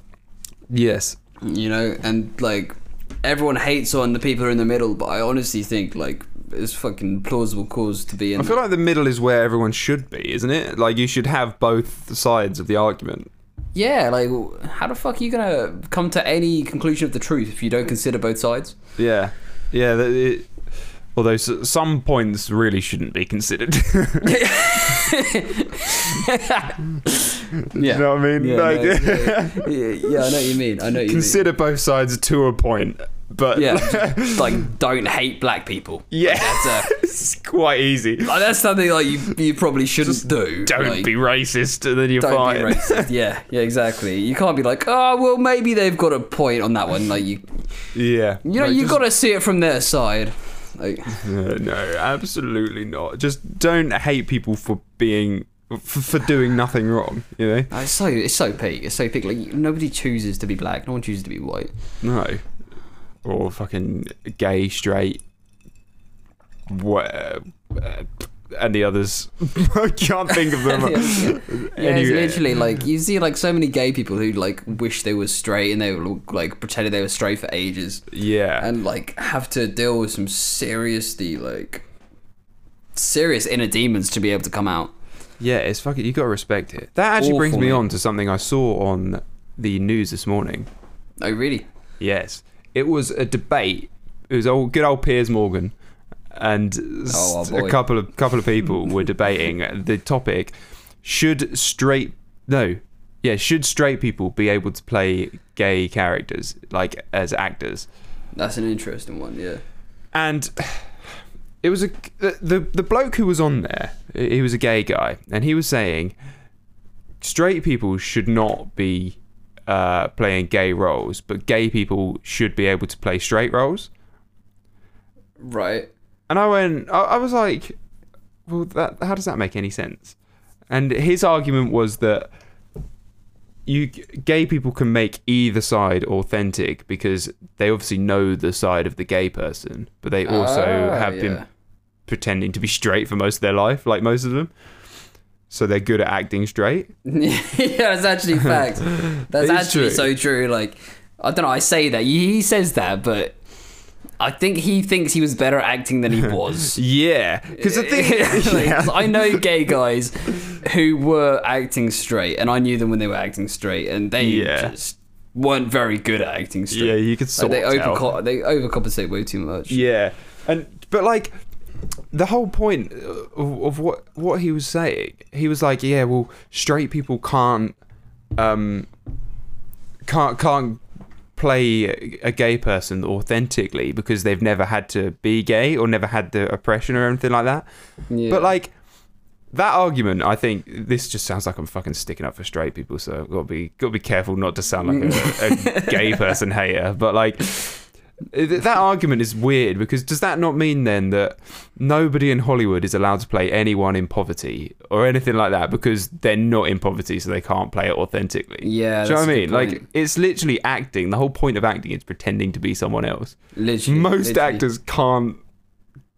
Speaker 1: Yes.
Speaker 2: You know, and like everyone hates on the people who are in the middle, but I honestly think like it's fucking plausible cause to be in.
Speaker 1: I feel like the middle is where everyone should be, isn't it? Like you should have both sides of the argument.
Speaker 2: Yeah, like how the fuck are you gonna come to any conclusion of the truth if you don't consider both
Speaker 1: *laughs*
Speaker 2: sides?
Speaker 1: Yeah. Yeah. that- it- although s- some points really shouldn't be considered. *laughs*
Speaker 2: Yeah.
Speaker 1: you know what I mean?
Speaker 2: Yeah,
Speaker 1: Like, *laughs*
Speaker 2: no, yeah, yeah, yeah, I know what you mean. I know what you
Speaker 1: consider both sides to a point, but
Speaker 2: mean. Yeah, *laughs* just, like don't hate black people.
Speaker 1: *laughs* Yeah.
Speaker 2: that's a,
Speaker 1: *laughs* it's quite easy.
Speaker 2: like, that's something like you you probably shouldn't do.
Speaker 1: Don't
Speaker 2: Like,
Speaker 1: be racist, and then you're
Speaker 2: don't
Speaker 1: fine.
Speaker 2: be racist. Yeah, yeah, exactly. You can't be like, oh well, maybe they've got a point on that one. Like you,
Speaker 1: *laughs* yeah.
Speaker 2: you know,
Speaker 1: Like,
Speaker 2: you
Speaker 1: just-
Speaker 2: got to see it from their side. Like,
Speaker 1: Uh, *laughs* no, absolutely not. Just don't hate people for being for, for doing nothing wrong. You know?
Speaker 2: it's so it's so peak. It's so peak. Like nobody chooses to be black. No one chooses to be white.
Speaker 1: *laughs* No. Or fucking gay, straight, what, uh, and the others. *laughs* I can't think of them.
Speaker 2: *laughs* yeah, Yeah, it's
Speaker 1: Anyway.
Speaker 2: literally like you see like so many gay people who like wish they were straight and they were like pretended they were straight for ages
Speaker 1: Yeah.
Speaker 2: and like have to deal with some seriously like serious inner demons to be able to come out.
Speaker 1: Yeah, it's fucking. You gotta respect it. That actually brings
Speaker 2: Awful,
Speaker 1: me
Speaker 2: mate.
Speaker 1: on to something I saw on the news this morning.
Speaker 2: Oh really?
Speaker 1: Yes, it was a debate. It was old, good old Piers Morgan, and s-
Speaker 2: Oh, our boy.
Speaker 1: a couple of couple of people
Speaker 2: *laughs*
Speaker 1: were debating the topic: should straight no, yeah, should straight people be able to play gay characters like as actors?
Speaker 2: That's an interesting one. Yeah.
Speaker 1: and it was a the the the bloke who was on there. He was a gay guy, and he was saying straight people should not be uh, playing gay roles, but gay people should be able to play straight roles.
Speaker 2: Right.
Speaker 1: And I went, I, I was like, well, that how does that make any sense? And his argument was that you gay people can make either side authentic because they obviously know the side of the gay person, but they also
Speaker 2: Ah,
Speaker 1: have
Speaker 2: yeah.
Speaker 1: been pretending to be straight for most of their life, like most of them. So they're good at acting straight.
Speaker 2: *laughs* yeah,
Speaker 1: *laughs*
Speaker 2: that's actually fact. That's
Speaker 1: It's
Speaker 2: actually
Speaker 1: true.
Speaker 2: so true. Like, I don't know. I say that he he says that, but I think he thinks he was better at acting than
Speaker 1: *laughs*
Speaker 2: he was. *laughs*
Speaker 1: Yeah, because the thing, *laughs*
Speaker 2: Like,
Speaker 1: Yeah.
Speaker 2: I know gay guys who were acting straight, and I knew them when they were acting straight, and they
Speaker 1: Yeah.
Speaker 2: just weren't very good at acting straight.
Speaker 1: yeah, you could
Speaker 2: Like,
Speaker 1: sort
Speaker 2: they
Speaker 1: out.
Speaker 2: overco- they overcompensate way too much.
Speaker 1: Yeah, and but like the whole point of, of what what he was saying, he was like, yeah, well, straight people can't um can't can't play a gay person authentically because they've never had to be gay or never had the oppression or anything like that.
Speaker 2: Yeah.
Speaker 1: But like that argument, I think this just sounds like I'm fucking sticking up for straight people. So I've got to be got to be careful not to sound like a,
Speaker 2: Mm.
Speaker 1: a
Speaker 2: *laughs*
Speaker 1: gay person hater. But like th- that argument is weird because does that not mean then that nobody in Hollywood is allowed to play anyone in poverty or anything like that because they're not in poverty, so they can't play it authentically? Do
Speaker 2: Yeah,
Speaker 1: you know
Speaker 2: that's
Speaker 1: what I
Speaker 2: a
Speaker 1: mean?
Speaker 2: good
Speaker 1: Like
Speaker 2: point.
Speaker 1: it's literally acting. The whole point of acting is pretending to be someone else
Speaker 2: literally,
Speaker 1: most
Speaker 2: literally.
Speaker 1: actors can't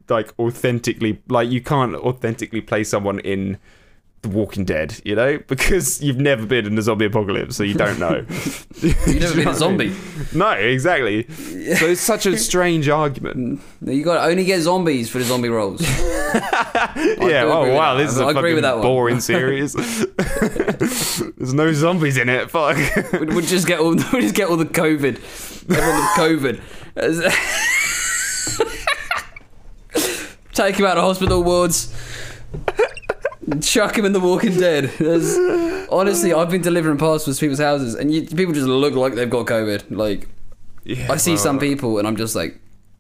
Speaker 1: like authentically like you can't authentically play someone in the walking dead you know *laughs* because you've never been in a zombie apocalypse so you don't know
Speaker 2: *laughs*
Speaker 1: *laughs*
Speaker 2: You've never been a
Speaker 1: Do you know what I
Speaker 2: zombie.
Speaker 1: mean? no exactly so it's such a strange
Speaker 2: *laughs*
Speaker 1: argument
Speaker 2: You got to only get zombies for the zombie roles.
Speaker 1: yeah
Speaker 2: do agree
Speaker 1: oh
Speaker 2: with
Speaker 1: wow
Speaker 2: that.
Speaker 1: this is a
Speaker 2: I agree
Speaker 1: fucking
Speaker 2: with that one. *laughs*
Speaker 1: boring series *laughs* there's no zombies in it
Speaker 2: *laughs*
Speaker 1: fuck
Speaker 2: We'd, we'd just get all we would just get all the *laughs* COVID, everyone with COVID. As- Take him out of hospital wards. Chuck him in the Walking Dead. There's- honestly, I've been delivering parcels to people's houses, and you, people just look like they've got COVID. Like
Speaker 1: yeah,
Speaker 2: I see
Speaker 1: well,
Speaker 2: some people, and I'm just like,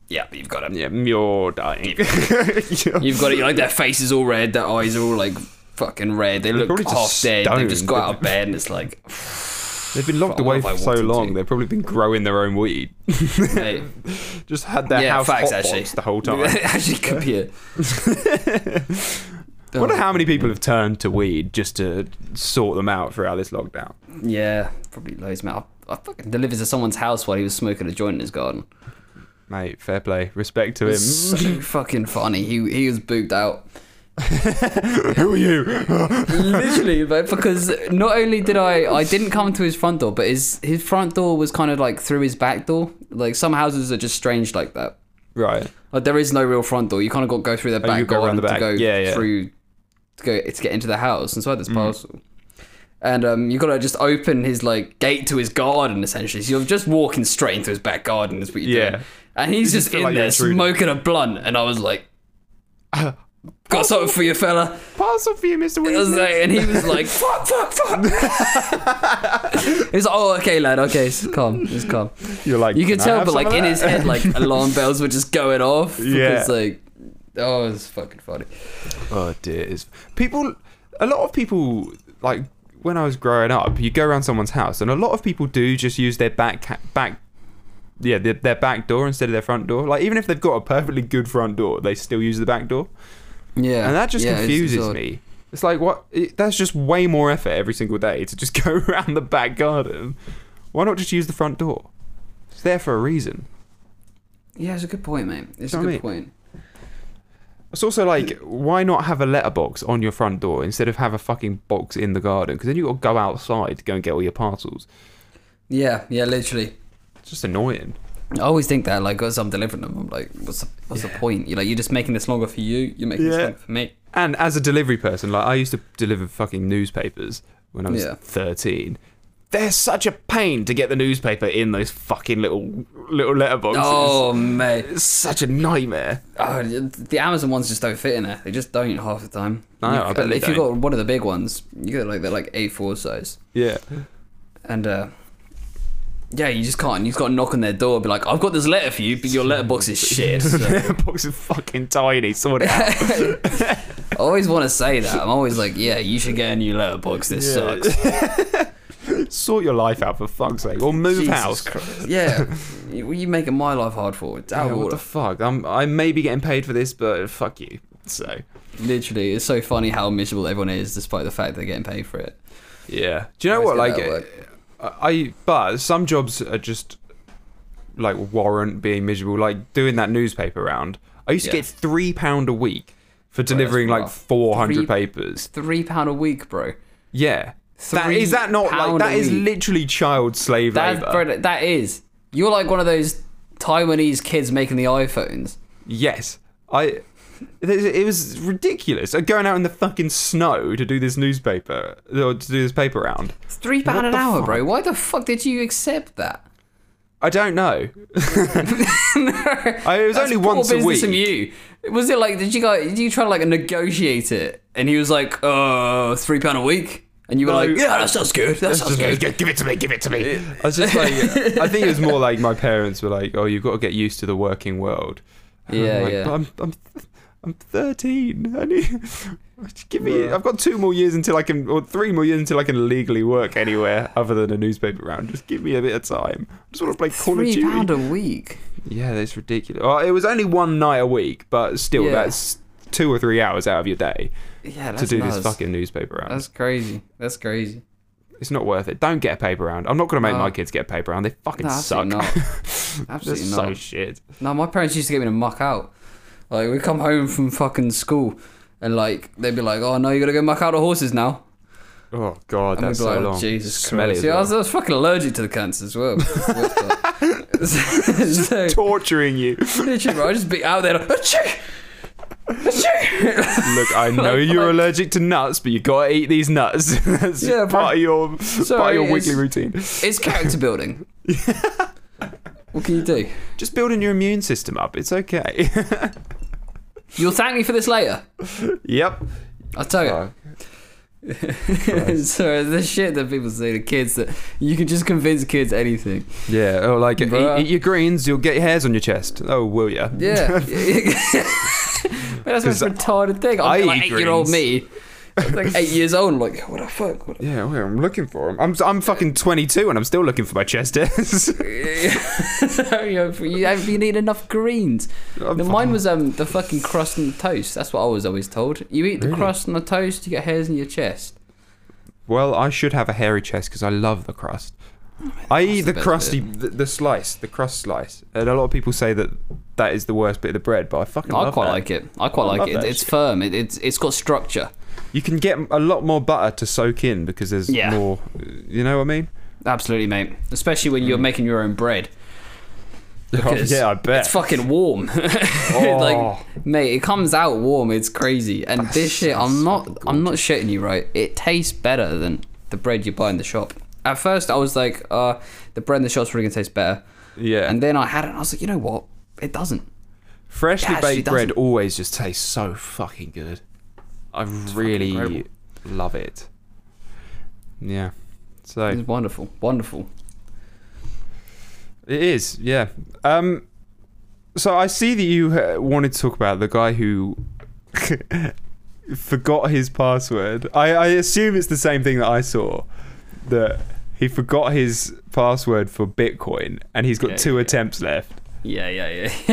Speaker 2: yeah, you've got it.
Speaker 1: yeah you're dying *laughs*
Speaker 2: You've got it. Like their face is all red, their eyes are all like fucking red. They look
Speaker 1: probably just
Speaker 2: half dead. They've just
Speaker 1: stoned.
Speaker 2: got out of bed, and
Speaker 1: *laughs*
Speaker 2: it's like,
Speaker 1: they've been locked
Speaker 2: Fuck, what
Speaker 1: away
Speaker 2: have I
Speaker 1: for so
Speaker 2: wanted to?
Speaker 1: long they've probably been growing their own weed
Speaker 2: mate.
Speaker 1: just had their house
Speaker 2: facts,
Speaker 1: hotboxed the whole
Speaker 2: *laughs*
Speaker 1: time
Speaker 2: actually, could be
Speaker 1: *laughs*
Speaker 2: it.
Speaker 1: I wonder how many people have turned to weed just to sort them out throughout this lockdown.
Speaker 2: Yeah, probably loads, man. I, I fucking delivered to someone's house while he was smoking a joint in his garden.
Speaker 1: Mate, fair play. Respect to
Speaker 2: It *laughs*
Speaker 1: him. *laughs*
Speaker 2: was so fucking funny. He he was booked out.
Speaker 1: Who are you? *laughs*
Speaker 2: Literally, but because not only did I, I didn't come to his front door, but his his front door was kind of like through his back door. Like some houses are just strange like that.
Speaker 1: right.
Speaker 2: Like there is no real front door. You kind of got to go through their back
Speaker 1: Oh, you go
Speaker 2: garden
Speaker 1: around the
Speaker 2: to
Speaker 1: back.
Speaker 2: go
Speaker 1: Yeah, yeah. Mm.
Speaker 2: through to go to get into the house. And so I had this parcel, and um, you got to just open his like gate to his garden essentially. So you're just walking straight into his back garden is what you're
Speaker 1: Yeah.
Speaker 2: doing. And he's
Speaker 1: You just
Speaker 2: just
Speaker 1: feel
Speaker 2: in
Speaker 1: like you're
Speaker 2: there
Speaker 1: intruding.
Speaker 2: smoking a blunt, and I was like, *laughs* "Got something for you, fella."
Speaker 1: Parcel for you, Mr.
Speaker 2: I was
Speaker 1: Weasley.
Speaker 2: like- and he
Speaker 1: *laughs*
Speaker 2: was like, "Fuck, fuck, fuck." he was like, "Oh, okay, lad. Okay, it's calm. It's calm."
Speaker 1: You're like,
Speaker 2: You could
Speaker 1: "Can I
Speaker 2: tell,
Speaker 1: have
Speaker 2: but
Speaker 1: some
Speaker 2: like
Speaker 1: of
Speaker 2: in
Speaker 1: that?"
Speaker 2: his
Speaker 1: *laughs*
Speaker 2: head, like alarm bells were just going off.
Speaker 1: Yeah.
Speaker 2: Because, like, oh, it's fucking funny.
Speaker 1: Oh dear, it's people. A lot of people like when I was growing up, you go around someone's house, and a lot of people do just use their back ca- back. Yeah, their, their back door instead of their front door. Like even if they've got a perfectly good front door, they still use the back door,
Speaker 2: Yeah.
Speaker 1: and that just
Speaker 2: yeah, it's- it's
Speaker 1: confuses
Speaker 2: odd.
Speaker 1: me. It's like what? It, that's just way more effort every single day to just *laughs* go around the back garden. Why not just use the front door? It's there for a reason.
Speaker 2: Yeah, it's a good point, mate. It's
Speaker 1: You
Speaker 2: a
Speaker 1: know
Speaker 2: good
Speaker 1: what I
Speaker 2: point.
Speaker 1: It's also like, why not have a letterbox on your front door instead of have a fucking box in the garden? Because then you got to go outside to go and get all your parcels.
Speaker 2: Yeah, yeah, literally.
Speaker 1: It's just annoying.
Speaker 2: I always think that, like, as I'm delivering them, I'm like, what's the, what's the point? You're like, you're just making this longer for you. You're making this
Speaker 1: Yeah.
Speaker 2: longer for me.
Speaker 1: And as a delivery person, like I used to deliver fucking newspapers when I was
Speaker 2: Yeah.
Speaker 1: 13. They're such a pain to get the newspaper in those fucking little little letterboxes.
Speaker 2: Oh, mate.
Speaker 1: It's such a nightmare.
Speaker 2: Oh, the Amazon ones just don't fit in there. They just don't half the time.
Speaker 1: No,
Speaker 2: You-
Speaker 1: I bet they
Speaker 2: if you got one of the big ones, you get like they're like A4 size,
Speaker 1: *laughs* Yeah.
Speaker 2: and uh, yeah, you just can't. You've got to knock on their door, and be like, "I've got this letter for you, but your letterbox is
Speaker 1: *laughs*
Speaker 2: shit." So.
Speaker 1: letterbox is fucking tiny. Sort it out.
Speaker 2: I always want to say that. I'm always like, "Yeah, you should get a new letterbox. This
Speaker 1: *laughs* Yeah.
Speaker 2: sucks."
Speaker 1: *laughs* sort your life out for fuck's sake. Or move
Speaker 2: Jesus
Speaker 1: house.
Speaker 2: Christ. *laughs* Yeah, you, you're making my life hard for it. It's out
Speaker 1: Yeah,
Speaker 2: of
Speaker 1: Oh, what
Speaker 2: order.
Speaker 1: the fuck? I'm, I may be getting paid for this, but fuck you. So,
Speaker 2: Literally, it's so funny how miserable everyone is, despite the fact they're getting paid for it.
Speaker 1: yeah. Do you know what?
Speaker 2: Always
Speaker 1: Like,
Speaker 2: get that
Speaker 1: I, I- but some jobs are just like warrant being miserable. Like doing that newspaper round. I used to
Speaker 2: Yeah.
Speaker 1: get three pound a week for delivering like
Speaker 2: rough.
Speaker 1: four hundred
Speaker 2: Three-
Speaker 1: papers.
Speaker 2: Three pound a week, bro.
Speaker 1: Yeah. That, is that not like
Speaker 2: £3
Speaker 1: that
Speaker 2: a
Speaker 1: is
Speaker 2: week.
Speaker 1: literally child slave
Speaker 2: That,
Speaker 1: labor?
Speaker 2: bro, that is. You're like one of those Taiwanese kids making the iPhones.
Speaker 1: Yes, I. It was ridiculous. Uh, Going out in the fucking snow to do this newspaper or to do this paper round.
Speaker 2: It's three pound an
Speaker 1: the
Speaker 2: hour,
Speaker 1: fuck?
Speaker 2: bro. Why the fuck did you accept that? *laughs*
Speaker 1: I don't know. I, it was
Speaker 2: That's
Speaker 1: only
Speaker 2: poor
Speaker 1: once a
Speaker 2: business
Speaker 1: week.
Speaker 2: From you. Was it like did you guys did you try to like negotiate it? And he was like, uh, three pound a week? And you were
Speaker 1: No.
Speaker 2: like, Yeah, that sounds good. That sounds good.
Speaker 1: Give it to me, give it to me. I was just like, I think it was more like my parents were like, "Oh, you've got to get used to the working world." And
Speaker 2: Yeah,
Speaker 1: I'm like,
Speaker 2: yeah.
Speaker 1: But I'm, I'm, I'm 13. I need, just give me. I've got two more years until I can, or three more years until I can legally work anywhere other than a newspaper round. Just give me a bit of time. I just want to play Call of
Speaker 2: Three
Speaker 1: Duty.
Speaker 2: pound a week.
Speaker 1: Yeah, that's ridiculous. Well, it was only one night a week, but still,
Speaker 2: Yeah.
Speaker 1: that's two or three hours out of your day
Speaker 2: Yeah, that's
Speaker 1: to do
Speaker 2: nuts.
Speaker 1: this fucking newspaper round.
Speaker 2: That's crazy. That's crazy.
Speaker 1: It's not worth it. Don't get a paper round. I'm not going to make
Speaker 2: No.
Speaker 1: my kids get a paper round. They fucking
Speaker 2: No,
Speaker 1: suck.
Speaker 2: absolutely not. *laughs*
Speaker 1: *laughs* They're
Speaker 2: Absolutely
Speaker 1: so
Speaker 2: not.
Speaker 1: shit.
Speaker 2: No, my parents used to get me to muck out. Like we come home from fucking school, and like they'd be like, "Oh no, you gotta go muck out the horses now."
Speaker 1: Oh god,
Speaker 2: And
Speaker 1: that's
Speaker 2: we'd be
Speaker 1: so
Speaker 2: like,
Speaker 1: long.
Speaker 2: Jesus
Speaker 1: Smelly
Speaker 2: Christ!
Speaker 1: as
Speaker 2: Yeah, I, was,
Speaker 1: well.
Speaker 2: I was fucking allergic to the cunts as
Speaker 1: *laughs*
Speaker 2: well. *laughs*
Speaker 1: *laughs*
Speaker 2: so,
Speaker 1: torturing you.
Speaker 2: literally, bro, I just be out there. *laughs* Like, "Achoo! Achoo!"
Speaker 1: Look, *laughs* I know you're allergic to nuts, but you gotta eat these nuts. *laughs* that's
Speaker 2: Yeah, bro.
Speaker 1: part of your part
Speaker 2: Sorry,
Speaker 1: of your weekly
Speaker 2: it's-
Speaker 1: routine.
Speaker 2: it's character
Speaker 1: *laughs*
Speaker 2: building. what can you do?
Speaker 1: Just building your immune system up. It's okay. *laughs*
Speaker 2: You'll thank me for this later.
Speaker 1: yep.
Speaker 2: I'll tell you. *laughs* so the shit that people say to kids that you can just convince kids
Speaker 1: *laughs*
Speaker 2: anything.
Speaker 1: Yeah. Oh, like eat,
Speaker 2: Bruh.
Speaker 1: eat your greens. You'll get hairs on your chest. Oh, will ya? *laughs*
Speaker 2: Yeah. *laughs* But that's the most retarded thing.
Speaker 1: I
Speaker 2: I'm like
Speaker 1: eat
Speaker 2: eight year old me.
Speaker 1: greens.
Speaker 2: Like eight years old, like, what the fuck? What the *laughs*
Speaker 1: Yeah, well, I'm looking for them. I'm I'm fucking 22 and I'm still looking for my chest hairs. *laughs*
Speaker 2: you, have- you need enough greens.
Speaker 1: I'm
Speaker 2: No, mine was um the fucking crust and the toast. That's what I was always told. You eat the
Speaker 1: Really?
Speaker 2: crust and the toast, you get hairs in your chest.
Speaker 1: Well, I should have a hairy chest because I love the crust. I eat
Speaker 2: the
Speaker 1: the,
Speaker 2: best
Speaker 1: crusty, the, the slice, the crust slice, and a lot of people say that that is the worst bit of the bread, but I fucking
Speaker 2: I
Speaker 1: love
Speaker 2: quite
Speaker 1: that.
Speaker 2: like it. I quite
Speaker 1: I love
Speaker 2: like it.
Speaker 1: that
Speaker 2: It's
Speaker 1: shit.
Speaker 2: firm. It, it's it's got structure.
Speaker 1: You can get a lot more butter to soak in because there's
Speaker 2: Yeah.
Speaker 1: more. You know what I
Speaker 2: *laughs*
Speaker 1: mean?
Speaker 2: Absolutely, mate. Especially when
Speaker 1: Mm.
Speaker 2: you're making your own bread. Because
Speaker 1: Oh, *laughs* yeah, I bet.
Speaker 2: It's fucking warm. *laughs*
Speaker 1: Oh.
Speaker 2: like, mate, it comes out warm. It's crazy. And this shit, I'm not,
Speaker 1: fucking
Speaker 2: I'm not shitting you, right? It tastes better than the bread you buy in the shop. At first, I was like, uh, the bread in the shop's probably gonna taste better.
Speaker 1: yeah.
Speaker 2: And then I had it, and I was like, you know what? It doesn't.
Speaker 1: Freshly
Speaker 2: It actually
Speaker 1: baked bread always just tastes so fucking good. I really
Speaker 2: incredible.
Speaker 1: love it. Yeah. So
Speaker 2: It's wonderful, wonderful.
Speaker 1: it is, yeah. Um, so I see that you uh, wanted to talk about the guy who *laughs* forgot his password. I, I assume it's the same thing that I saw. That he forgot his password for Bitcoin, and he's got
Speaker 2: Yeah,
Speaker 1: two
Speaker 2: yeah, yeah.
Speaker 1: attempts left.
Speaker 2: Yeah, yeah, yeah. *laughs*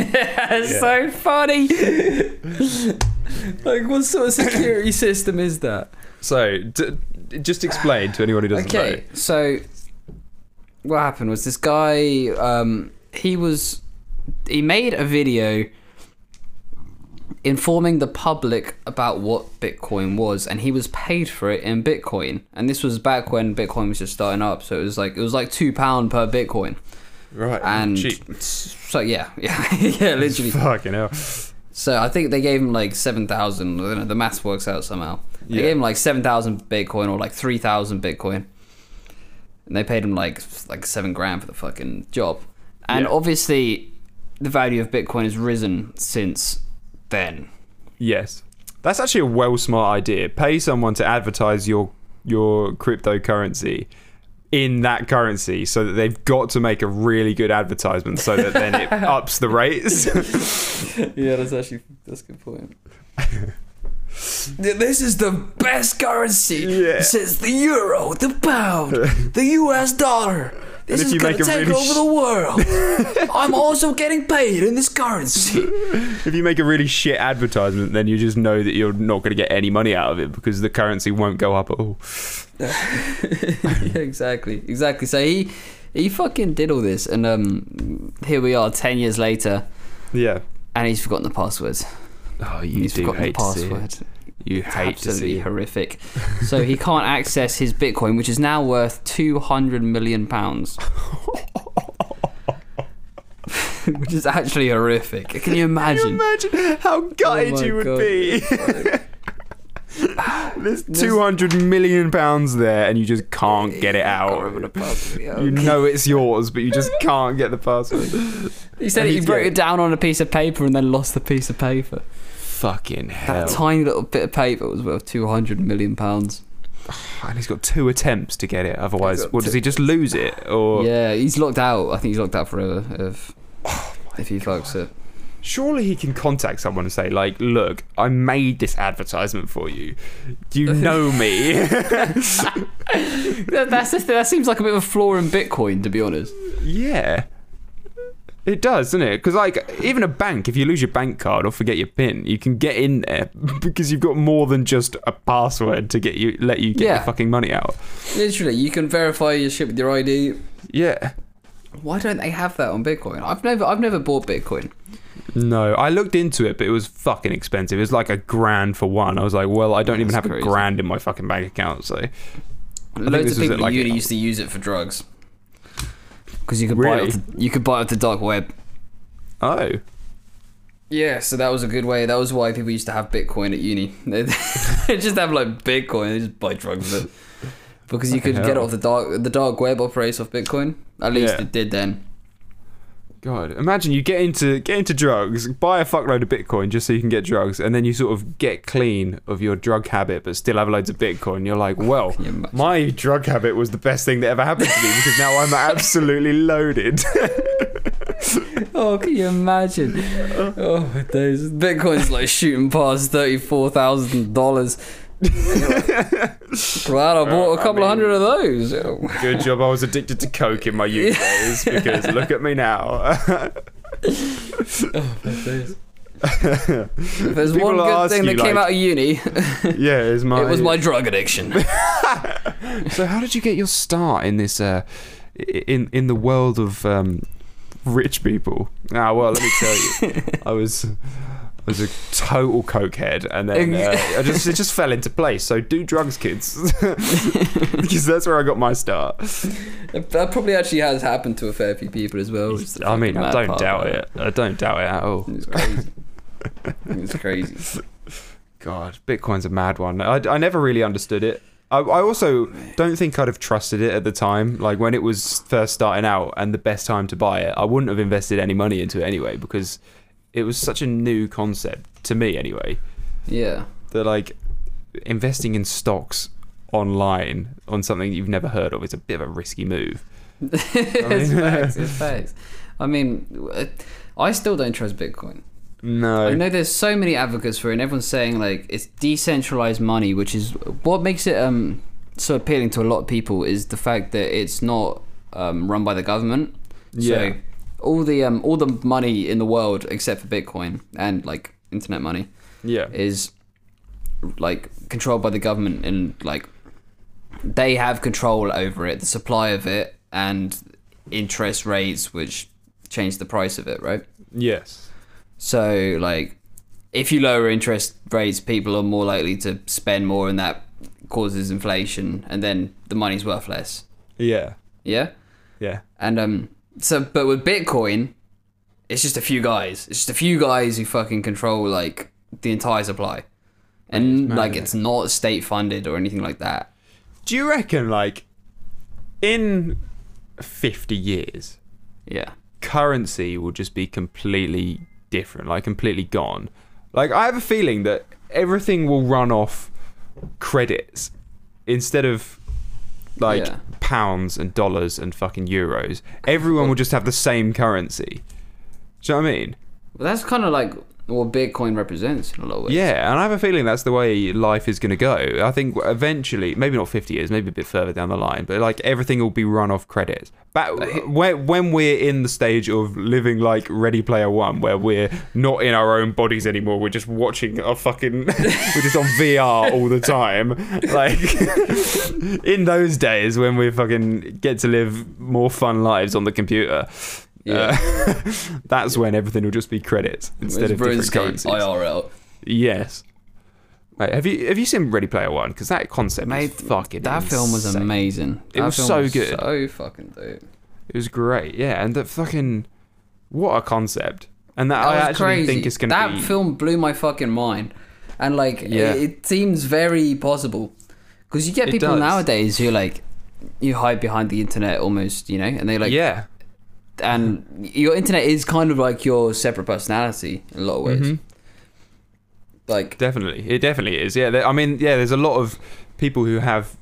Speaker 2: It's so funny. *laughs* like, what sort of security *laughs* system is that?
Speaker 1: So d- just explain to anyone who doesn't know.
Speaker 2: Okay, so what happened was this guy, um, he was, he made a video informing the public about what Bitcoin was, and he was paid for it in Bitcoin. And this was back when Bitcoin was just starting up, so it was like it was like two pound per Bitcoin.
Speaker 1: Right,
Speaker 2: And
Speaker 1: cheap.
Speaker 2: so yeah, *laughs* yeah, yeah,
Speaker 1: *laughs*
Speaker 2: literally.
Speaker 1: Fucking hell.
Speaker 2: So I think they gave him like seven thousand. The maths works out somehow. They
Speaker 1: Yeah.
Speaker 2: gave him like seven thousand Bitcoin or like three thousand Bitcoin, and they paid him like like seven grand for the fucking job. And
Speaker 1: Yeah.
Speaker 2: obviously, the value of Bitcoin has risen since then.
Speaker 1: Yes. That's actually a well smart idea. Pay someone to advertise your your cryptocurrency in that currency so that they've got to make a really good advertisement so that then
Speaker 2: *laughs*
Speaker 1: it ups the rates. *laughs*
Speaker 2: Yeah, that's actually that's a good *laughs* point. this is the best currency
Speaker 1: Yeah.
Speaker 2: since the euro, the
Speaker 1: *laughs*
Speaker 2: pound, the US dollar. This
Speaker 1: if
Speaker 2: is
Speaker 1: you
Speaker 2: gonna
Speaker 1: make a
Speaker 2: take
Speaker 1: really
Speaker 2: over
Speaker 1: *laughs*
Speaker 2: the world. I'm also getting paid in this currency. *laughs*
Speaker 1: if you make a really shit advertisement, then you just know that you're not going to get any money out of it because the currency won't go up at all.
Speaker 2: yeah, exactly, exactly. So he he fucking did all this, and um, here we are, ten years later,
Speaker 1: Yeah.
Speaker 2: and he's forgotten the passwords.
Speaker 1: Oh, you
Speaker 2: he's
Speaker 1: do
Speaker 2: forgotten the
Speaker 1: hate to see it.
Speaker 2: password.
Speaker 1: You hate to
Speaker 2: absolutely
Speaker 1: see it.
Speaker 2: horrific. So he can't access his Bitcoin, which is now worth two hundred million pounds. *laughs* which is actually horrific. Can you
Speaker 1: Can you
Speaker 2: imagine? Oh
Speaker 1: imagine how gutted
Speaker 2: my
Speaker 1: you would
Speaker 2: God. *laughs*
Speaker 1: be? There's 200 million pounds there and you just can't get it out. You know it's yours, but you just can't get the password.
Speaker 2: He said
Speaker 1: And
Speaker 2: he
Speaker 1: he's
Speaker 2: wrote
Speaker 1: getting-
Speaker 2: it down on a piece of paper and then lost the piece of paper.
Speaker 1: Fucking
Speaker 2: That
Speaker 1: hell.
Speaker 2: tiny little bit of paper was worth two hundred million pounds.
Speaker 1: And he's got two attempts to get it. Otherwise,
Speaker 2: He's got
Speaker 1: well, does
Speaker 2: two-
Speaker 1: he just lose it? Or
Speaker 2: Yeah, he's locked out. I think he's locked out forever if
Speaker 1: Oh
Speaker 2: if he fucks it.
Speaker 1: surely he can contact someone and say, like, look, I made this advertisement for you. Do you know
Speaker 2: *laughs*
Speaker 1: me?
Speaker 2: That, that's the thing. that seems like a bit of a flaw in Bitcoin, to be honest.
Speaker 1: Yeah. It does, doesn't it? Because, like, even a bank, if you lose your bank card or forget your PIN, you can get in there *laughs* because you've got more than just a password to get you let you get
Speaker 2: Yeah.
Speaker 1: your fucking money out.
Speaker 2: Literally, you can verify your shit with your ID.
Speaker 1: Yeah.
Speaker 2: Why don't they have that on Bitcoin? I've never, I've never bought Bitcoin.
Speaker 1: No, I looked into it, but it was fucking expensive. It was like a grand for one. I was like, well, I don't even
Speaker 2: That's
Speaker 1: have
Speaker 2: crazy.
Speaker 1: a grand in my fucking bank account, so.
Speaker 2: Loads
Speaker 1: this
Speaker 2: of
Speaker 1: was
Speaker 2: people
Speaker 1: at,
Speaker 2: at
Speaker 1: like,
Speaker 2: uni
Speaker 1: a-
Speaker 2: used to use it for drugs because you could buy
Speaker 1: Really?
Speaker 2: it off the, you could buy it off the dark web.
Speaker 1: Oh.
Speaker 2: Yeah, so that was a good way. That was why people used to have Bitcoin at uni. *laughs* They they *laughs* just have like Bitcoin. They just buy drugs with it
Speaker 1: *laughs*
Speaker 2: because you could
Speaker 1: Fucking
Speaker 2: get it
Speaker 1: hell.
Speaker 2: off the dark the dark web operates off Bitcoin. At least
Speaker 1: Yeah.
Speaker 2: it did then.
Speaker 1: God, imagine you get into get into drugs, buy a fuckload of Bitcoin just so you can get drugs, and then you sort of get clean of your drug habit, but still have loads of Bitcoin. You're like, *laughs* well,
Speaker 2: Can you imagine?
Speaker 1: my drug habit was the best thing that ever happened to me because now *laughs* I'm absolutely loaded.
Speaker 2: Oh, can you
Speaker 1: *laughs*
Speaker 2: imagine? Oh my days! Bitcoin's like shooting past thirty-four thousand
Speaker 1: *laughs*
Speaker 2: dollars. Glad I bought a
Speaker 1: I
Speaker 2: couple of
Speaker 1: mean-
Speaker 2: hundred
Speaker 1: *laughs*
Speaker 2: of those.
Speaker 1: *laughs*
Speaker 2: Oh.
Speaker 1: Good job, I was addicted to coke *laughs* in my youth days because look at me now. *laughs*
Speaker 2: If there's
Speaker 1: People
Speaker 2: one
Speaker 1: ask
Speaker 2: good thing
Speaker 1: you,
Speaker 2: that
Speaker 1: like-
Speaker 2: came
Speaker 1: Oh,
Speaker 2: out
Speaker 1: *laughs*
Speaker 2: of uni,
Speaker 1: yeah, it's my. *laughs*
Speaker 2: it was my drug addiction.
Speaker 1: So how did you get your start in this? Uh, in in the world of um, rich people. Ah, well, let me tell you, *laughs* I was I was a total cokehead, and then uh, I just it just fell into place. So do drugs, kids, *laughs* because that's where I got my start.
Speaker 2: That probably actually has happened to a fair few people as well. It's the
Speaker 1: I mean,
Speaker 2: fucking
Speaker 1: I
Speaker 2: mad
Speaker 1: don't
Speaker 2: part
Speaker 1: doubt
Speaker 2: about
Speaker 1: it. I don't doubt it at all.
Speaker 2: It's crazy. it's crazy.
Speaker 1: God, Bitcoin's a mad one. I, I never really understood it. I, I also don't think I'd have trusted it at the time. Like when it was first starting out and the best time to buy it, I wouldn't have invested any money into it anyway because it was such a new concept to me anyway.
Speaker 2: Yeah. *laughs*
Speaker 1: That like investing in stocks online on something you've never heard of is a bit of a risky move.
Speaker 2: it's
Speaker 1: *laughs*
Speaker 2: facts. It's facts. I mean, I still don't trust Bitcoin.
Speaker 1: No.
Speaker 2: I know there's so many advocates for it, and everyone's saying like it's decentralized money, which is what makes it um so appealing to a lot of people is the fact that it's not um, run by the government.
Speaker 1: Yeah.
Speaker 2: So all the um all the money in the world except for Bitcoin and like internet money
Speaker 1: yeah.
Speaker 2: is like controlled by the government and like they have control over it, the supply of it, and interest rates, which change the price of it, right?
Speaker 1: yes.
Speaker 2: So like, if you lower interest rates, people are more likely to spend more, and that causes inflation, and then the money's worth less.
Speaker 1: Yeah.
Speaker 2: Yeah,
Speaker 1: Yeah.
Speaker 2: and um, so but with Bitcoin, it's just a few guys. It's just a few guys who fucking control like the entire supply, and
Speaker 1: mad,
Speaker 2: like
Speaker 1: isn't
Speaker 2: it's not state funded or anything like that.
Speaker 1: Do you reckon like in 50 years
Speaker 2: Yeah,
Speaker 1: currency will just be completely different, like completely gone. Like I have a feeling that everything will run off credits instead of like
Speaker 2: Yeah.
Speaker 1: pounds and dollars and fucking euros. Everyone will just have the same currency. Do you know what I mean?
Speaker 2: well, that's kind of like what Bitcoin represents in a lot of ways.
Speaker 1: Yeah, and I have a feeling that's the way life is going to go. I think eventually, maybe not 50 years, maybe a bit further down the line, but like everything will be run off credits. But when when we're in the stage of living like Ready Player One, where we're not in our own bodies anymore, we're just watching our fucking, *laughs* we're just on VR all the time. *laughs* Like in those days when we fucking get to live more fun lives on the computer.
Speaker 2: Yeah.
Speaker 1: uh, *laughs* that's when everything will just be credits instead
Speaker 2: Whereas
Speaker 1: of different
Speaker 2: RuneScape,
Speaker 1: currencies.
Speaker 2: IRL.
Speaker 1: Yes. Mate, have you have you seen Ready Player One? Because that concept
Speaker 2: Mate,
Speaker 1: is fucking.
Speaker 2: That film was
Speaker 1: insane.
Speaker 2: amazing.
Speaker 1: It
Speaker 2: That
Speaker 1: was
Speaker 2: film
Speaker 1: so good.
Speaker 2: So fucking dope.
Speaker 1: It was great, yeah, and that fucking what a concept, and that,
Speaker 2: That
Speaker 1: I
Speaker 2: was
Speaker 1: actually
Speaker 2: crazy.
Speaker 1: think is gonna
Speaker 2: that
Speaker 1: be.
Speaker 2: film blew my fucking mind, and like
Speaker 1: Yeah.
Speaker 2: it, it seems very possible because you get
Speaker 1: It
Speaker 2: people
Speaker 1: does.
Speaker 2: nowadays who like you hide behind the internet almost, you know, and they like
Speaker 1: yeah,
Speaker 2: and your internet is kind of like your separate personality in a lot of ways.
Speaker 1: Mhm.
Speaker 2: Like
Speaker 1: definitely, it definitely is. Yeah, there- I mean, yeah, there's a lot of people who have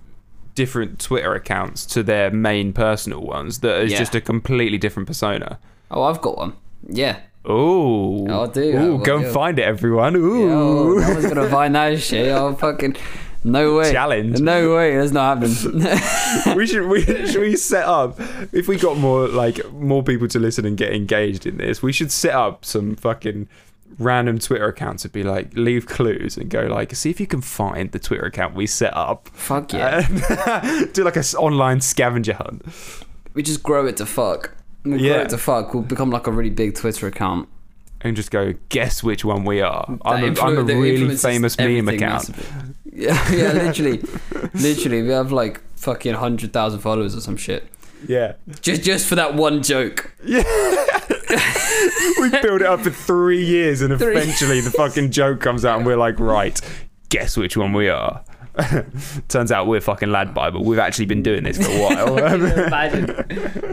Speaker 1: different Twitter accounts to their main personal ones that is
Speaker 2: Yeah.
Speaker 1: just a completely different persona.
Speaker 2: oh, I've got one. Yeah.
Speaker 1: Oh,
Speaker 2: I do have
Speaker 1: Ooh,
Speaker 2: one,
Speaker 1: go and
Speaker 2: yeah.
Speaker 1: find it, everyone.
Speaker 2: Yeah,
Speaker 1: Ooh,
Speaker 2: oh, no one's gonna find that shit. Oh fucking no way.
Speaker 1: Challenge.
Speaker 2: No way. That's not happening. *laughs*
Speaker 1: we should we should we set up if we got more like more people to listen and get engaged in this we should set up some fucking random twitter accounts and be like leave clues and go like see if you can find the twitter account we set up *laughs*
Speaker 2: Fuck yeah.
Speaker 1: And do like a s- online scavenger hunt
Speaker 2: we just grow it to fuck. We
Speaker 1: Yeah.
Speaker 2: grow it to fuck. We'll become like a really big Twitter account.
Speaker 1: and just go guess which one we are
Speaker 2: That
Speaker 1: i'm a, I'm
Speaker 2: influ-
Speaker 1: a
Speaker 2: that
Speaker 1: really
Speaker 2: influences
Speaker 1: famous meme
Speaker 2: everything
Speaker 1: account
Speaker 2: massively. Yeah, *laughs* yeah, literally, literally, we have like fucking hundred thousand followers or some shit.
Speaker 1: yeah
Speaker 2: Just, just for that one joke.
Speaker 1: we build it up for three years and
Speaker 2: Three
Speaker 1: eventually the fucking joke comes out and we're like right guess which one we are *laughs* turns out we're fucking lad bible we've actually been doing this for a while
Speaker 2: Imagine.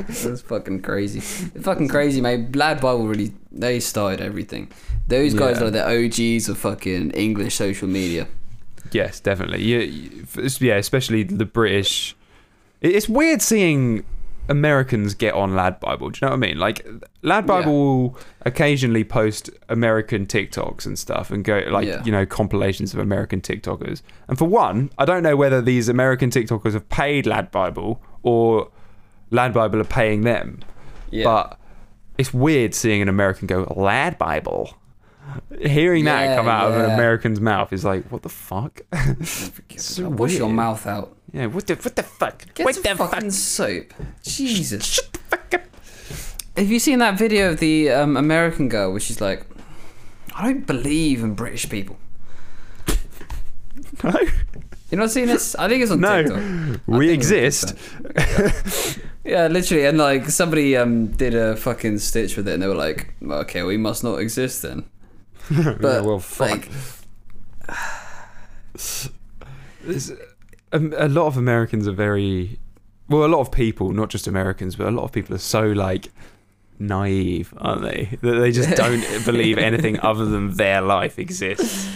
Speaker 2: That's fucking crazy. Fucking crazy, mate. Lad Bible really, they started everything. Those guys
Speaker 1: Yeah.
Speaker 2: are the OGs of fucking English social media.
Speaker 1: yes definitely you, you- f- yeah especially the british It- it's weird seeing americans get on lad bible do you know what i mean like lad bible will occasionally post american tiktoks and stuff and go like
Speaker 2: Yeah.
Speaker 1: you know compilations of american tiktokers and for one i don't know whether these american tiktokers have paid lad bible or lad bible are paying them
Speaker 2: Yeah.
Speaker 1: but it's weird seeing an american go lad bible Hearing that
Speaker 2: Yeah,
Speaker 1: come out of an
Speaker 2: yeah.
Speaker 1: American's mouth is like, what the fuck? So
Speaker 2: Wash your
Speaker 1: weird.
Speaker 2: mouth out.
Speaker 1: yeah, what the what the fuck?
Speaker 2: Get
Speaker 1: what
Speaker 2: some
Speaker 1: the
Speaker 2: fucking soap. Jesus.
Speaker 1: Shut the fuck up.
Speaker 2: Have you seen that video of the um, American girl where she's like, I don't believe in British people.
Speaker 1: No,
Speaker 2: You not seen this? I think it's on
Speaker 1: No.
Speaker 2: TikTok. I
Speaker 1: *laughs* we
Speaker 2: think it's on
Speaker 1: exist.
Speaker 2: Yeah, literally, and like somebody um did a fucking stitch with it, and they were like, well, "Okay, we must not exist then."
Speaker 1: *laughs* Yeah,
Speaker 2: But
Speaker 1: well, fuck.
Speaker 2: like,
Speaker 1: There's- um, a lot of Americans are very, well, a lot of people, not just Americans, but a lot of people are so like naive, aren't they? That they
Speaker 2: *laughs*
Speaker 1: just don't believe anything other than their life
Speaker 2: *laughs*
Speaker 1: exists.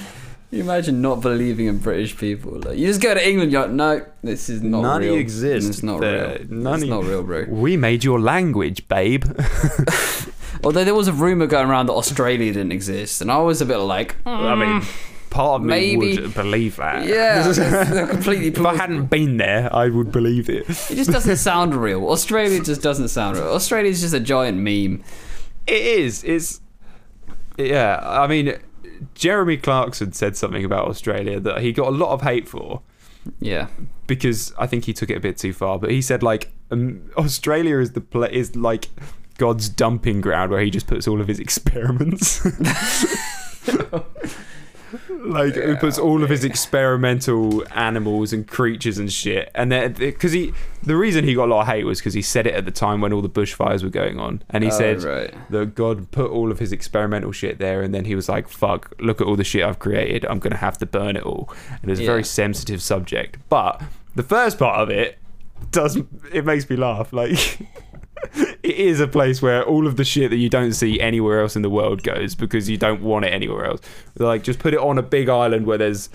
Speaker 2: you imagine not believing in British people. Like, you just go to England, you're like, "No, this is not
Speaker 1: None
Speaker 2: real.
Speaker 1: exist.
Speaker 2: It's not
Speaker 1: They're-
Speaker 2: real.
Speaker 1: none
Speaker 2: it's
Speaker 1: e-
Speaker 2: not real, bro."
Speaker 1: We made your language, babe. *laughs*
Speaker 2: Although there was a rumor going around that Australia didn't exist, and I was a bit like,
Speaker 1: I mean, part of me
Speaker 2: Mm. Maybe-
Speaker 1: would believe that. *laughs*
Speaker 2: "Yeah, that's- that's completely."
Speaker 1: If I
Speaker 2: plausible.
Speaker 1: hadn't been there, I would believe it.
Speaker 2: It just doesn't sound real. Australia just doesn't sound real. Australia's just a giant meme.
Speaker 1: It is. It's. Yeah, I mean, Jeremy Clarkson said something about Australia that he got a lot of hate for
Speaker 2: Yeah.
Speaker 1: because I think he took it a bit too far. But he said like um, Australia is the pla- is like God's dumping ground where he just puts all of his experiments. *laughs* like he puts all of his experimental animals and creatures and shit. And then because he the reason he got a lot of hate was because he said it at the time when all the bushfires were going on, and he
Speaker 2: Oh,
Speaker 1: said
Speaker 2: right.
Speaker 1: that God put all of his experimental shit there, and then he was like, "Fuck! Look at all the shit I've created. I'm gonna have to burn it all." And it's a very
Speaker 2: Yeah.
Speaker 1: sensitive subject, but the first part of it does it makes me laugh. Like, *laughs* it is a place where all of the shit that you don't see anywhere else in the world goes because you don't want it anywhere else. Like, just put it on a big island where there's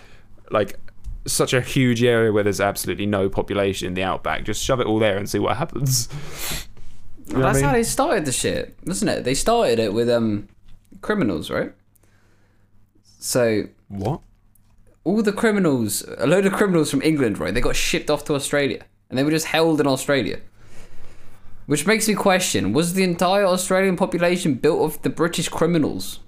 Speaker 1: like such a huge area where there's absolutely no population in the outback. Just shove it all there and see what happens. You know what I
Speaker 2: That's
Speaker 1: mean?
Speaker 2: how they started the shit, wasn't it? They started it with um criminals, right? So
Speaker 1: what?
Speaker 2: all the criminals, a load of criminals from England, right? They got shipped off to Australia, and they were just held in Australia. Which makes me question: Was the entire Australian population built of the British criminals?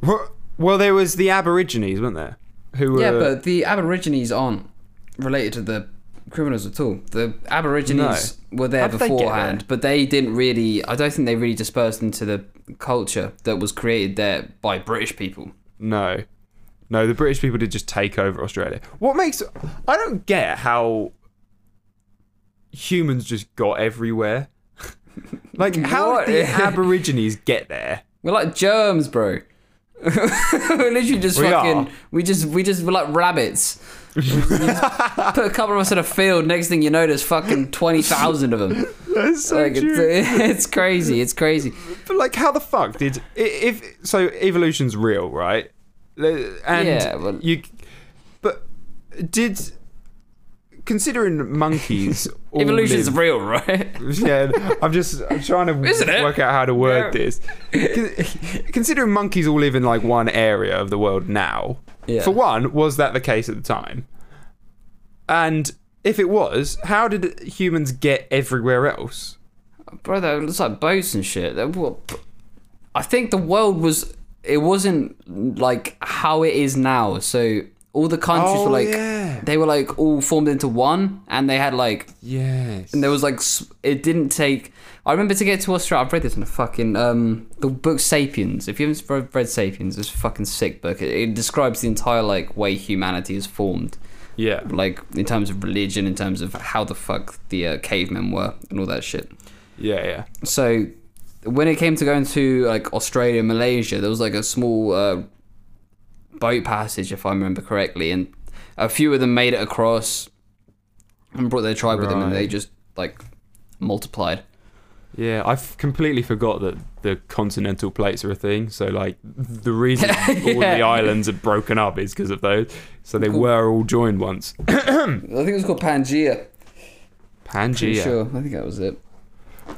Speaker 1: Well, well, there was the Aborigines, weren't there? Who were
Speaker 2: yeah, but the Aborigines aren't related to the criminals at all. The Aborigines were there
Speaker 1: How did they get
Speaker 2: beforehand, but they didn't really. I don't think they really dispersed into the culture that was created there by British people.
Speaker 1: no, no, the British people did just take over Australia. What makes I don't get how humans just got everywhere. *laughs* like, how
Speaker 2: What?
Speaker 1: did
Speaker 2: *laughs*
Speaker 1: the Aborigines get there?
Speaker 2: We're like germs, bro. *laughs* we're literally just
Speaker 1: We
Speaker 2: fucking.
Speaker 1: are.
Speaker 2: We just we just we're like
Speaker 1: *laughs*
Speaker 2: rabbits. We just put a couple of us in a field. Next thing you know, there's fucking twenty thousand of
Speaker 1: *laughs*
Speaker 2: them.
Speaker 1: That's so
Speaker 2: Like it's, *laughs* it's crazy. It's crazy.
Speaker 1: But like, how the fuck did i- if so? Evolution's real, right? Le- And
Speaker 2: Yeah, well-
Speaker 1: you, but did considering
Speaker 2: *laughs*
Speaker 1: monkeys all
Speaker 2: Evolution's
Speaker 1: live-
Speaker 2: real, right?
Speaker 1: *laughs* yeah, I'm just I'm trying to
Speaker 2: *laughs* Isn't it?
Speaker 1: work out how to word
Speaker 2: Yeah.
Speaker 1: this. Con- *laughs* Considering monkeys all live in like one area of the world now,
Speaker 2: Yeah.
Speaker 1: for one, was that the case at the time? And if it was, how did humans get everywhere else?
Speaker 2: Bro, that looks like boats and shit. That- what- I think the world was. It wasn't like how it is now. So all the countries
Speaker 1: Oh,
Speaker 2: were like.
Speaker 1: yeah.
Speaker 2: They were like all formed into one, and they had like.
Speaker 1: Yes.
Speaker 2: And there was like. s- It didn't take. I remember to get to Australia. I've read this in a fucking. um The book Sapiens. If you haven't read, read Sapiens, it's a fucking sick book. It, it describes the entire like way humanity is formed
Speaker 1: yeah.
Speaker 2: like in terms of religion in terms of how the fuck the uh, cavemen were and all that shit
Speaker 1: Yeah. Yeah.
Speaker 2: so when it came to going to like Australia, Malaysia, there was like a small uh, boat passage, if I remember correctly, and a few of them made it across and brought their tribe with them, and they
Speaker 1: Right.
Speaker 2: just like multiplied.
Speaker 1: Yeah, I've completely forgot that the continental plates are a thing. So, like, the reason all the
Speaker 2: *laughs* Yeah.
Speaker 1: islands are broken up is because of those. So they were all joined once.
Speaker 2: I think it was called Pangea. Pretty
Speaker 1: Pangea.
Speaker 2: sure. I think that was it.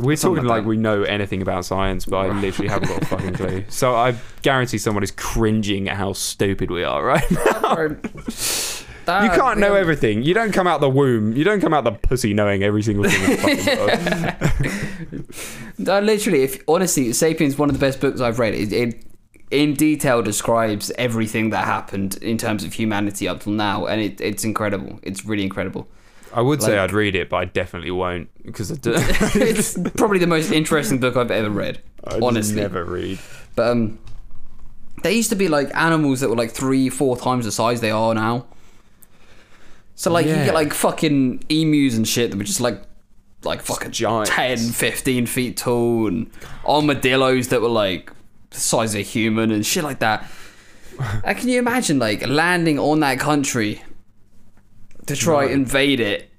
Speaker 1: We're
Speaker 2: Something
Speaker 1: talking
Speaker 2: like
Speaker 1: like
Speaker 2: that.
Speaker 1: we know anything about science, but I literally haven't
Speaker 2: *laughs*
Speaker 1: got a fucking clue. So I guarantee someone is cringing at how stupid we are, right? you *laughs* can't know everything. You don't come out the womb. You don't come out the pussy knowing every single thing. in the
Speaker 2: *laughs*
Speaker 1: fucking world.
Speaker 2: No, literally, if honestly, *Sapiens* is one of the best books I've read. It, it in detail describes everything that happened in terms of humanity up till now, and it, it's incredible. It's really incredible.
Speaker 1: I would say
Speaker 2: Like-
Speaker 1: I'd read it, but I definitely won't because I,
Speaker 2: *laughs*
Speaker 1: do-
Speaker 2: it's probably the most interesting book I've ever read,
Speaker 1: I
Speaker 2: honestly.
Speaker 1: never read.
Speaker 2: But um, there used to be like animals that were like three, four times the size they are now. So like you
Speaker 1: Yeah.
Speaker 2: get like fucking emus and shit that were just like like fucking
Speaker 1: giants.
Speaker 2: 10, 15 feet tall and armadillos that were like the size of a human and shit like
Speaker 1: *laughs*
Speaker 2: that. and can you imagine like landing on that country to try
Speaker 1: No.
Speaker 2: invade it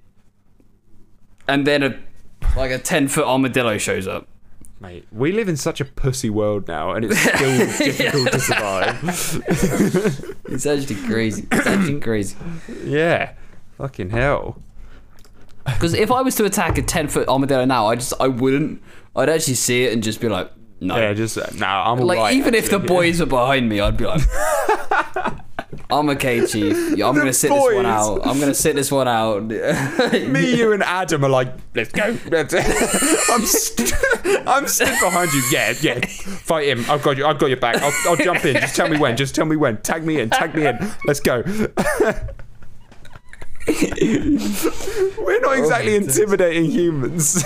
Speaker 2: and then a like a 10 foot armadillo shows up?
Speaker 1: Mate, we live in such a pussy world now, and it's
Speaker 2: *laughs*
Speaker 1: still difficult to survive.
Speaker 2: It's actually crazy. It's actually crazy.
Speaker 1: Yeah, fucking hell.
Speaker 2: Because if I was to attack a ten foot armadillo now, I just I wouldn't. I'd actually see it and just be like, no.
Speaker 1: Yeah, just no. I'm
Speaker 2: like
Speaker 1: alright,
Speaker 2: even if the
Speaker 1: actually.
Speaker 2: boys were behind me, I'd be like, *laughs* I'm okay, chief. Yeah, I'm
Speaker 1: The
Speaker 2: gonna sit this
Speaker 1: boys.
Speaker 2: one out. I'm gonna sit this one out. *laughs*
Speaker 1: me, you, and Adam are like, let's go. Let's, I'm st- I'm stood behind you. Yeah, yeah. Fight him. I've got you. I've got your back. I'll, I'll jump in. Just tell me when. Just tell me when. Tag me in. Tag me in. Let's go. We're not exactly intimidating humans.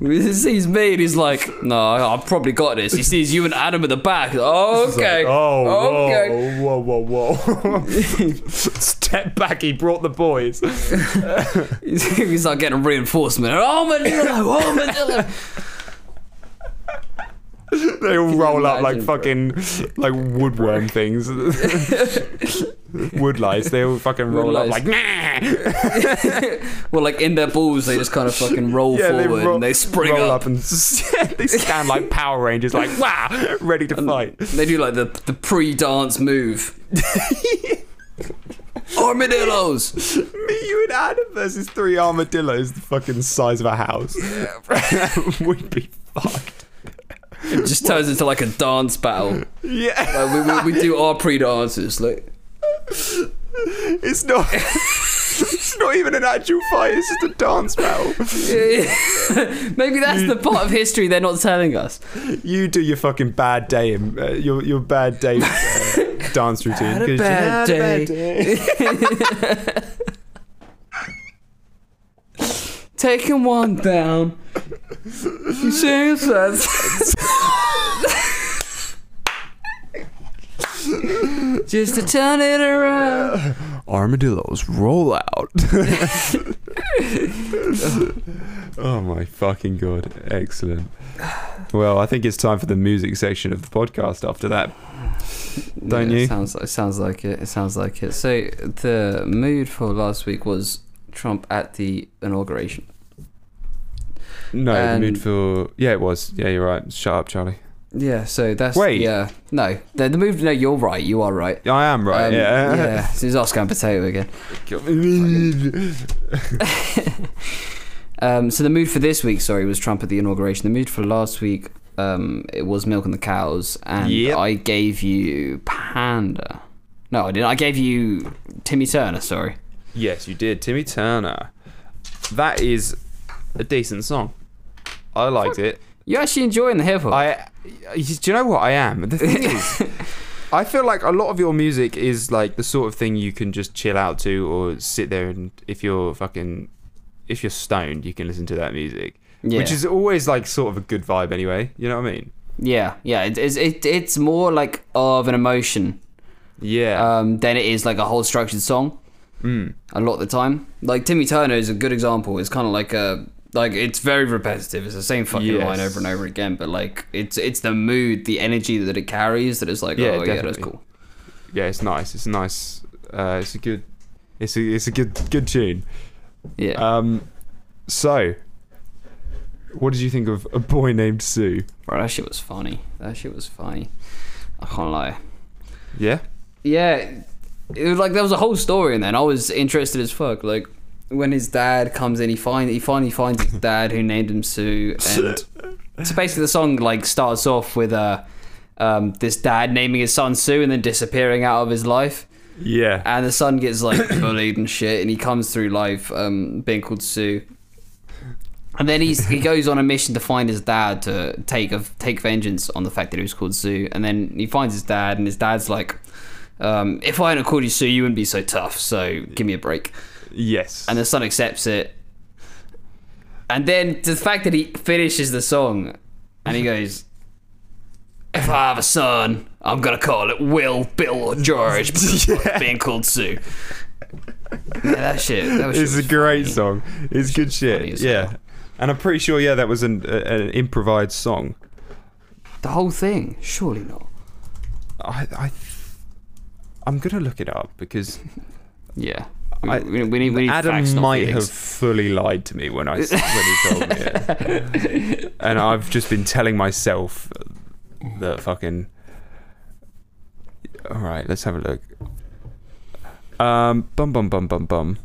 Speaker 2: he sees me and he's like, no, I- I've probably got this. He sees you and Adam at the back. Oh, okay.
Speaker 1: oh,
Speaker 2: okay.
Speaker 1: whoa, whoa, whoa, whoa. *laughs* Step back. He brought the boys.
Speaker 2: *laughs* He's like getting reinforcement. Armadillo, armadillo.
Speaker 1: They all roll up like fucking
Speaker 2: imagine,
Speaker 1: like woodworm
Speaker 2: *laughs*
Speaker 1: things. Wood lice. They all fucking roll up like
Speaker 2: lice.
Speaker 1: nah.
Speaker 2: *laughs* well, like in their balls, they just kind of fucking roll forward
Speaker 1: ro-
Speaker 2: and they spring
Speaker 1: roll
Speaker 2: up.
Speaker 1: up, and they stand like Power Rangers, like wow, ready to fight.
Speaker 2: They do like the the pre dance move. Armadillos.
Speaker 1: Me, you, and Adam versus three armadillos, the fucking size of a house. *laughs* We'd be fucked.
Speaker 2: It just turns into like a dance battle.
Speaker 1: Yeah,
Speaker 2: Like, we, we, we do our pre dances. Like, *laughs*
Speaker 1: it's not. *laughs* it's not even an actual fight. It's just a dance battle.
Speaker 2: maybe that's the part of history they're not telling us.
Speaker 1: You do your fucking bad day, um, uh, your your bad day
Speaker 2: *laughs*
Speaker 1: uh, dance routine.
Speaker 2: Had a
Speaker 1: 'cause you
Speaker 2: bad
Speaker 1: day.
Speaker 2: Taking one down. You see that? Just to turn it around.
Speaker 1: Armadillos roll
Speaker 2: *laughs*
Speaker 1: out. oh my fucking god! Excellent. Well, I think it's time for the music section of the podcast. After that, Don't
Speaker 2: Yeah,
Speaker 1: you?
Speaker 2: Sounds like sounds like it. It sounds like it. So the mood for last week was Trump at the inauguration.
Speaker 1: no,
Speaker 2: And-
Speaker 1: the mood for yeah, it was yeah. You're right. Shut up, Charlie.
Speaker 2: Yeah. So that's
Speaker 1: Wait.
Speaker 2: Yeah. No. The, the mood. No, you're right. You are right.
Speaker 1: I am right.
Speaker 2: Um,
Speaker 1: yeah.
Speaker 2: Yeah. So it's Oscar and potato again. Um, so the mood for this week, sorry, was Trump at the inauguration. The mood for last week, um, it was milk and the cows, and
Speaker 1: Yep.
Speaker 2: I gave you panda. No, I didn't. I gave you Timmy Turner. Sorry.
Speaker 1: *laughs* Yes, you did. Timmy Turner. That is a decent song. I liked it.
Speaker 2: You're actually enjoying the hip hop.
Speaker 1: I, do you know what I am? The thing
Speaker 2: *laughs*
Speaker 1: is, I feel like a lot of your music is like the sort of thing you can just chill out to, or sit there and if you're fucking, if you're stoned, you can listen to that music,
Speaker 2: Yeah.
Speaker 1: which is always like sort of a good vibe anyway. You know what I mean?
Speaker 2: Yeah, yeah. It, it's it, it's more like of an emotion
Speaker 1: Yeah.
Speaker 2: um, than it is like a whole structured song.
Speaker 1: Mm.
Speaker 2: A lot of the time, like Timmy Turner is a good example. It's kind of like a like it's very repetitive. It's the same fucking
Speaker 1: Yes.
Speaker 2: line over and over again. But like it's it's the mood, the energy that it carries that is like
Speaker 1: Yeah,
Speaker 2: oh yeah, that's
Speaker 1: definitely.
Speaker 2: cool.
Speaker 1: yeah, it's nice. It's a nice. Uh, it's a good. It's a it's a good good tune.
Speaker 2: Yeah.
Speaker 1: Um, so, what did you think of a boy named Sue?
Speaker 2: Bro, that shit was funny. That shit was funny. I can't lie.
Speaker 1: Yeah.
Speaker 2: Yeah, it was like there was a whole story in there, and I was interested as fuck. Like when his dad comes in, he find he finally finds his dad who named
Speaker 1: *laughs*
Speaker 2: him Sue, and so basically the song like starts off with uh, um, this dad naming his son Sue and then disappearing out of his life,
Speaker 1: Yeah.
Speaker 2: and the son *coughs* gets like bullied and shit, and he comes through life um, being called Sue. And then he's, he goes on a mission to find his dad to take a, take vengeance on the fact that he was called Sue. And then he finds his dad, and his dad's like, um, "If I hadn't called you Sue, you wouldn't be so tough. So give me a break."
Speaker 1: Yes.
Speaker 2: And the son accepts it. And then the fact that he finishes the song, and he goes, "If I have a son, I'm gonna call it Will, Bill,
Speaker 1: *laughs*
Speaker 2: or George, *laughs* because I'm being called Sue." Yeah, that shit. That was
Speaker 1: it's a great song. It's good
Speaker 2: funny
Speaker 1: shit.
Speaker 2: as
Speaker 1: Yeah.
Speaker 2: hell.
Speaker 1: And I'm pretty sure, yeah, that was an, a, an improvised song.
Speaker 2: The whole thing, surely not.
Speaker 1: I, I, I'm gonna look it up because
Speaker 2: Yeah. We,
Speaker 1: I-
Speaker 2: we, we need, we need facts,
Speaker 1: Adam
Speaker 2: not
Speaker 1: might
Speaker 2: feelings.
Speaker 1: have fully lied to me when I s- when he told me it,
Speaker 2: *laughs*
Speaker 1: and I've just been telling myself that fucking. All right, let's have a look. Um, bum bum bum bum bum.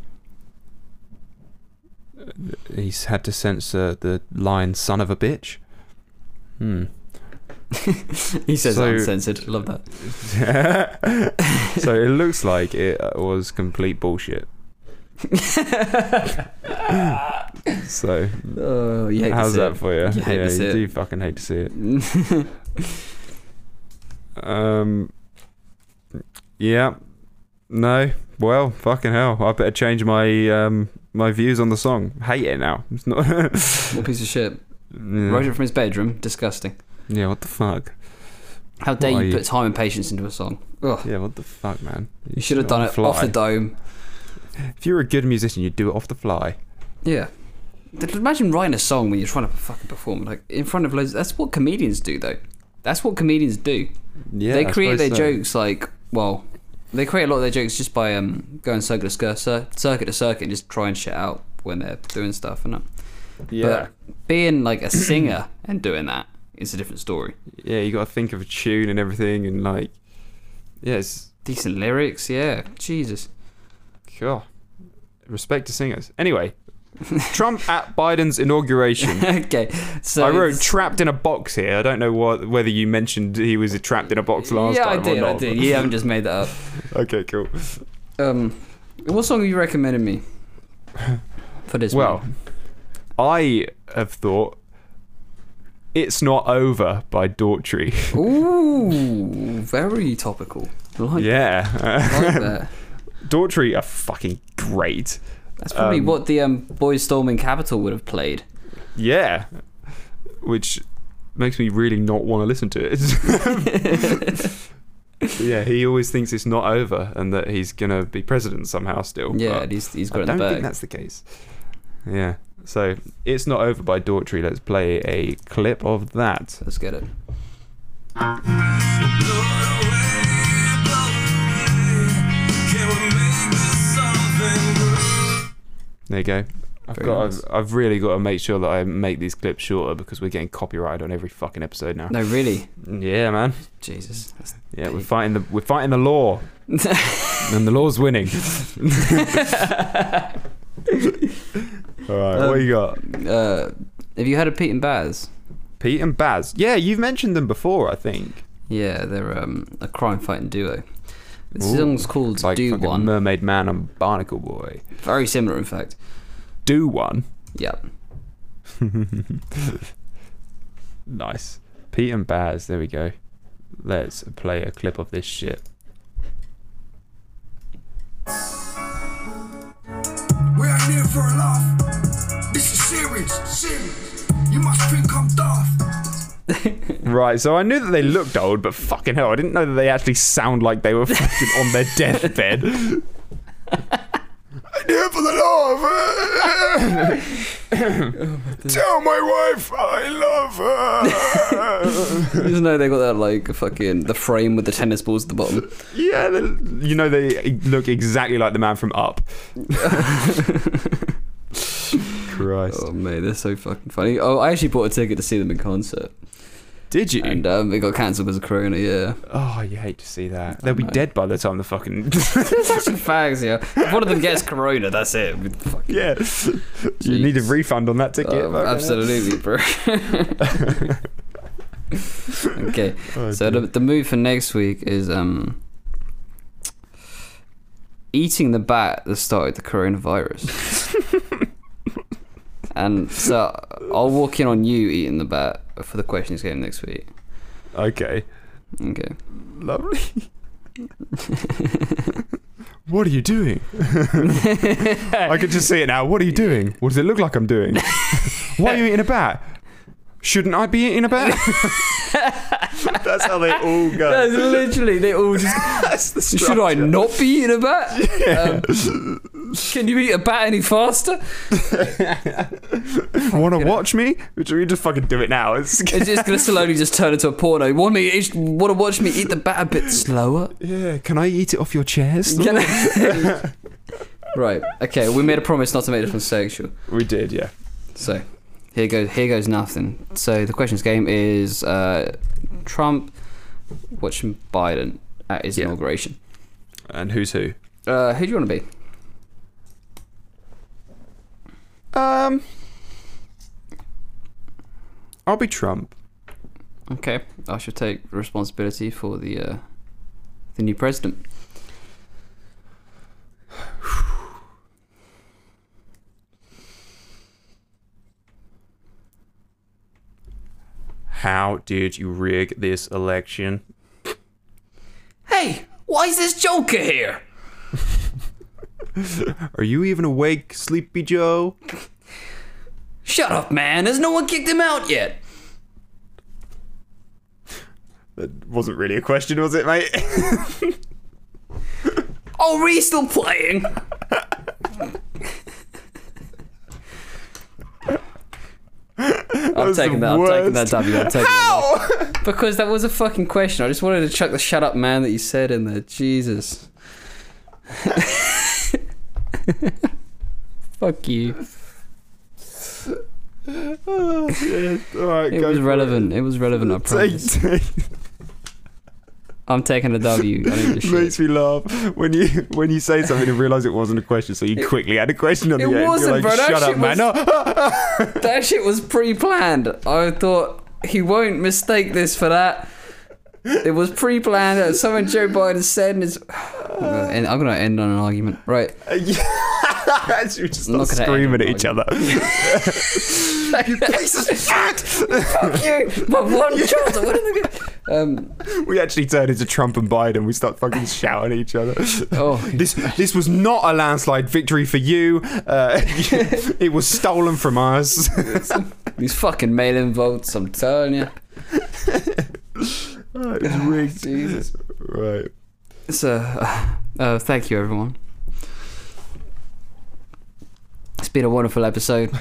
Speaker 1: He's had to censor the line "son of a bitch." Hmm. *laughs*
Speaker 2: *laughs* He says
Speaker 1: So-
Speaker 2: uncensored.
Speaker 1: *laughs*
Speaker 2: Love that.
Speaker 1: so it looks like it was complete bullshit. so
Speaker 2: Oh, you hate
Speaker 1: how's
Speaker 2: to see
Speaker 1: that for you?
Speaker 2: You hate to
Speaker 1: yeah,
Speaker 2: see
Speaker 1: you
Speaker 2: it.
Speaker 1: do fucking hate to see it.
Speaker 2: *laughs* it.
Speaker 1: Um, yeah, no. Well, fucking hell! I better change my um my views on the song. Hate it now. It's not. *laughs*
Speaker 2: what piece of shit? Wrote
Speaker 1: yeah.
Speaker 2: it from his bedroom. Disgusting.
Speaker 1: yeah, what the fuck?
Speaker 2: How dare
Speaker 1: Why
Speaker 2: you
Speaker 1: you-
Speaker 2: put time and patience into a song? Ugh.
Speaker 1: Yeah, what the fuck, man?
Speaker 2: You should have done
Speaker 1: On
Speaker 2: it off
Speaker 1: fly.
Speaker 2: the dome.
Speaker 1: If you were a good musician, you'd do it off the fly.
Speaker 2: Yeah. Th- Imagine writing a song when you're trying to fucking perform, like in front of loads. That's what comedians do, though. That's what comedians do.
Speaker 1: Yeah,
Speaker 2: they
Speaker 1: I
Speaker 2: create their
Speaker 1: suppose so.
Speaker 2: jokes like well, they create a lot of their jokes just by um going circuit to circuit, cir- circuit to circuit, and just trying shit out when they're doing stuff, and
Speaker 1: Yeah.
Speaker 2: But being like a singer and doing that is a different story.
Speaker 1: yeah, you got to think of a tune and everything, and like, yeah, it's
Speaker 2: Decent lyrics, yeah. Jesus. *laughs*
Speaker 1: cool. Respect to singers.
Speaker 2: *laughs*
Speaker 1: Anyway, Trump at Biden's inauguration.
Speaker 2: okay. *laughs* So
Speaker 1: I wrote
Speaker 2: it's-
Speaker 1: trapped in a box here. I don't know what, whether you mentioned he was trapped in a box last
Speaker 2: yeah,
Speaker 1: time.
Speaker 2: I did.
Speaker 1: or not,
Speaker 2: I did. You haven't just made that up.
Speaker 1: but- Okay, cool.
Speaker 2: Um, what song have you
Speaker 1: *laughs*
Speaker 2: recommended me for this?
Speaker 1: Well,
Speaker 2: one?
Speaker 1: I have thought It's Not Over by Daughtry.
Speaker 2: ooh, very topical. I Like,
Speaker 1: *laughs*
Speaker 2: I
Speaker 1: yeah.
Speaker 2: like that.
Speaker 1: *laughs* Daughtry are fucking great.
Speaker 2: That's probably
Speaker 1: Um,
Speaker 2: what the um, boys storming capital would have played.
Speaker 1: Yeah. Which makes me really not want to listen to
Speaker 2: *laughs*
Speaker 1: it. yeah, he always thinks it's not over and that he's going to be president somehow still.
Speaker 2: Yeah,
Speaker 1: but
Speaker 2: and he's he's
Speaker 1: Oh, I
Speaker 2: got it in
Speaker 1: don't
Speaker 2: the
Speaker 1: think
Speaker 2: bag.
Speaker 1: that's the case. Yeah. So, It's Not Over by Daughtry. Let's play a clip of that.
Speaker 2: Let's get it.
Speaker 1: There you go. I've
Speaker 2: Very
Speaker 1: got.
Speaker 2: nice.
Speaker 1: I've, I've really got to make sure that I make these clips shorter because we're getting copyrighted on every fucking episode now.
Speaker 2: No, really,
Speaker 1: Yeah, man.
Speaker 2: Jesus. That's-
Speaker 1: Yeah, we're fighting the we're fighting the
Speaker 2: *laughs*
Speaker 1: law, and the law's winning. All right,
Speaker 2: Um,
Speaker 1: what you got?
Speaker 2: *laughs* uh, have you heard of Pete and Baz?
Speaker 1: Pete and Baz. Yeah, you've mentioned them before, I think.
Speaker 2: Yeah, they're um, a crime fighting duo. This
Speaker 1: Ooh,
Speaker 2: song's called
Speaker 1: It's like
Speaker 2: "Do
Speaker 1: fucking
Speaker 2: One."
Speaker 1: Mermaid Man and Barnacle Boy.
Speaker 2: Very similar, in fact.
Speaker 1: Do one.
Speaker 2: Yep.
Speaker 1: Nice. Pete and Baz. There we go. Let's play a clip of this shit.
Speaker 3: We ain't here for a laugh. This is serious, serious. You must think I'm daft.
Speaker 1: Right, so I knew that they looked old, but fucking hell, I didn't know that they actually sound like they were fucking on *laughs* their deathbed. I'm here for the *laughs* Oh love. Tell my wife I love *laughs* her.
Speaker 2: You just know they got that like fucking the frame with the tennis balls at the bottom. *laughs*
Speaker 1: yeah, they- you know they look exactly like the man from Up. Christ,
Speaker 2: Oh mate, they're so fucking funny. Oh, I actually bought a ticket to see them in concert,
Speaker 1: did you?
Speaker 2: and um, it got cancelled because of Corona. Yeah,
Speaker 1: oh, you hate to see that. They'll be
Speaker 2: know.
Speaker 1: dead by the time the fucking *laughs*
Speaker 2: fucking fags. Yeah, if one of them gets Corona, that's it. Fucking-
Speaker 1: yeah. You need a
Speaker 2: Jeez.
Speaker 1: refund on that ticket.
Speaker 2: Um,
Speaker 1: fucking hell.
Speaker 2: absolutely, bro.
Speaker 1: *laughs*
Speaker 2: *laughs* okay,
Speaker 1: Oh,
Speaker 2: so the,
Speaker 1: dear.
Speaker 2: the move for next week is um, eating the bat that started the coronavirus. And so I'll walk in on you eating the bat for the questions game next week.
Speaker 1: Okay.
Speaker 2: Okay. *laughs*
Speaker 1: Lovely. what are you doing? I could just see it now. What are you doing? What does it look like I'm
Speaker 2: *laughs*
Speaker 1: doing? Why are you eating a bat? Shouldn't I be eating a
Speaker 2: *laughs*
Speaker 1: bat? *laughs* That's how they all
Speaker 2: That's
Speaker 1: go.
Speaker 2: literally they all just.
Speaker 1: *laughs* That's the
Speaker 2: *laughs* Should I not be eating a bat? Um, can you eat a bat any faster?
Speaker 1: *laughs* Want to watch me? Which we just fucking do it now. *laughs* It's
Speaker 2: It's just gonna slowly just turn into a porno. Want me? eat- Want to watch me eat the bat a bit slower?
Speaker 1: yeah. Can I eat it off your chest?
Speaker 2: Can I- *laughs* right. Okay. We made a promise not to make this one sexual.
Speaker 1: We did, yeah.
Speaker 2: So here goes here goes nothing. So the questions game is uh, Trump watching Biden at his
Speaker 1: Yeah.
Speaker 2: inauguration.
Speaker 1: And who's who?
Speaker 2: Uh, who do you want to be?
Speaker 1: Um, I'll be Trump.
Speaker 2: Okay, I should take responsibility for the uh, the new president.
Speaker 1: How did you rig this election?
Speaker 2: Hey, why is this Joker here?
Speaker 1: Are you even awake, Sleepy Joe?
Speaker 2: Shut up, man! Has no one kicked him out yet?
Speaker 1: That wasn't really a question, was it, mate? *laughs*
Speaker 2: Oh, Ree's still playing. I'm
Speaker 1: was the
Speaker 2: taking that. I'm taking that
Speaker 1: worst.
Speaker 2: W. I'm taking How? That. Because that was a fucking question. I just wanted to chuck the "shut up, man" that you said in there. Jesus. *laughs* Fuck you.
Speaker 1: oh, shit. All right,
Speaker 2: It
Speaker 1: go
Speaker 2: was
Speaker 1: for
Speaker 2: relevant. It. was relevant. I
Speaker 1: Take,
Speaker 2: promise.
Speaker 1: take,
Speaker 2: I'm taking a W. I don't give a shit.
Speaker 1: *laughs* makes me laugh when you when you say something and realise it wasn't a question, so you quickly add a question on
Speaker 2: it
Speaker 1: the end.
Speaker 2: wasn't,
Speaker 1: You're like,
Speaker 2: bro. That
Speaker 1: Shut up,
Speaker 2: shit
Speaker 1: man!
Speaker 2: was-
Speaker 1: No.
Speaker 2: that shit was pre-planned. I thought he won't mistake this for that. It was pre-planned. It was something Joe Biden said, and it's. *sighs* I'm gonna end, I'm gonna end on an argument, right?
Speaker 1: *laughs* Yeah. you just
Speaker 2: I'm
Speaker 1: start
Speaker 2: not gonna
Speaker 1: screaming at
Speaker 2: edit
Speaker 1: each other.
Speaker 2: *laughs* you
Speaker 1: This is fact.
Speaker 2: Fuck you! My one child. What are they gonna? Um.
Speaker 1: *laughs* We actually turn into Trump and Biden. We start fucking shouting at each other. *laughs*
Speaker 2: Oh.
Speaker 1: This this was not a landslide victory for you. Uh, *laughs* it was stolen from us. *laughs*
Speaker 2: These fucking mail-in votes, I'm telling you.
Speaker 1: Oh, it was rigged.
Speaker 2: Jesus.
Speaker 1: Right.
Speaker 2: So, uh, uh, thank you, everyone. It's been a wonderful episode.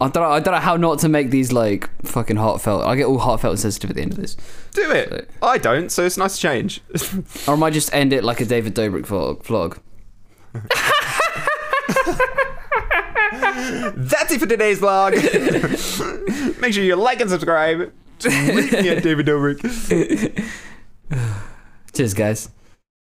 Speaker 2: I don't, know, I don't know how not to make these like fucking heartfelt. I get all heartfelt and sensitive at the end of this.
Speaker 1: Do it. I don't, so it's nice to change. *laughs*
Speaker 2: Or I might just end it like a David Dobrik vlog. vlog.
Speaker 1: That's it for today's vlog. *laughs* Make sure you like and *laughs* subscribe. Tweet me at David Dobrik.
Speaker 2: Cheers, guys.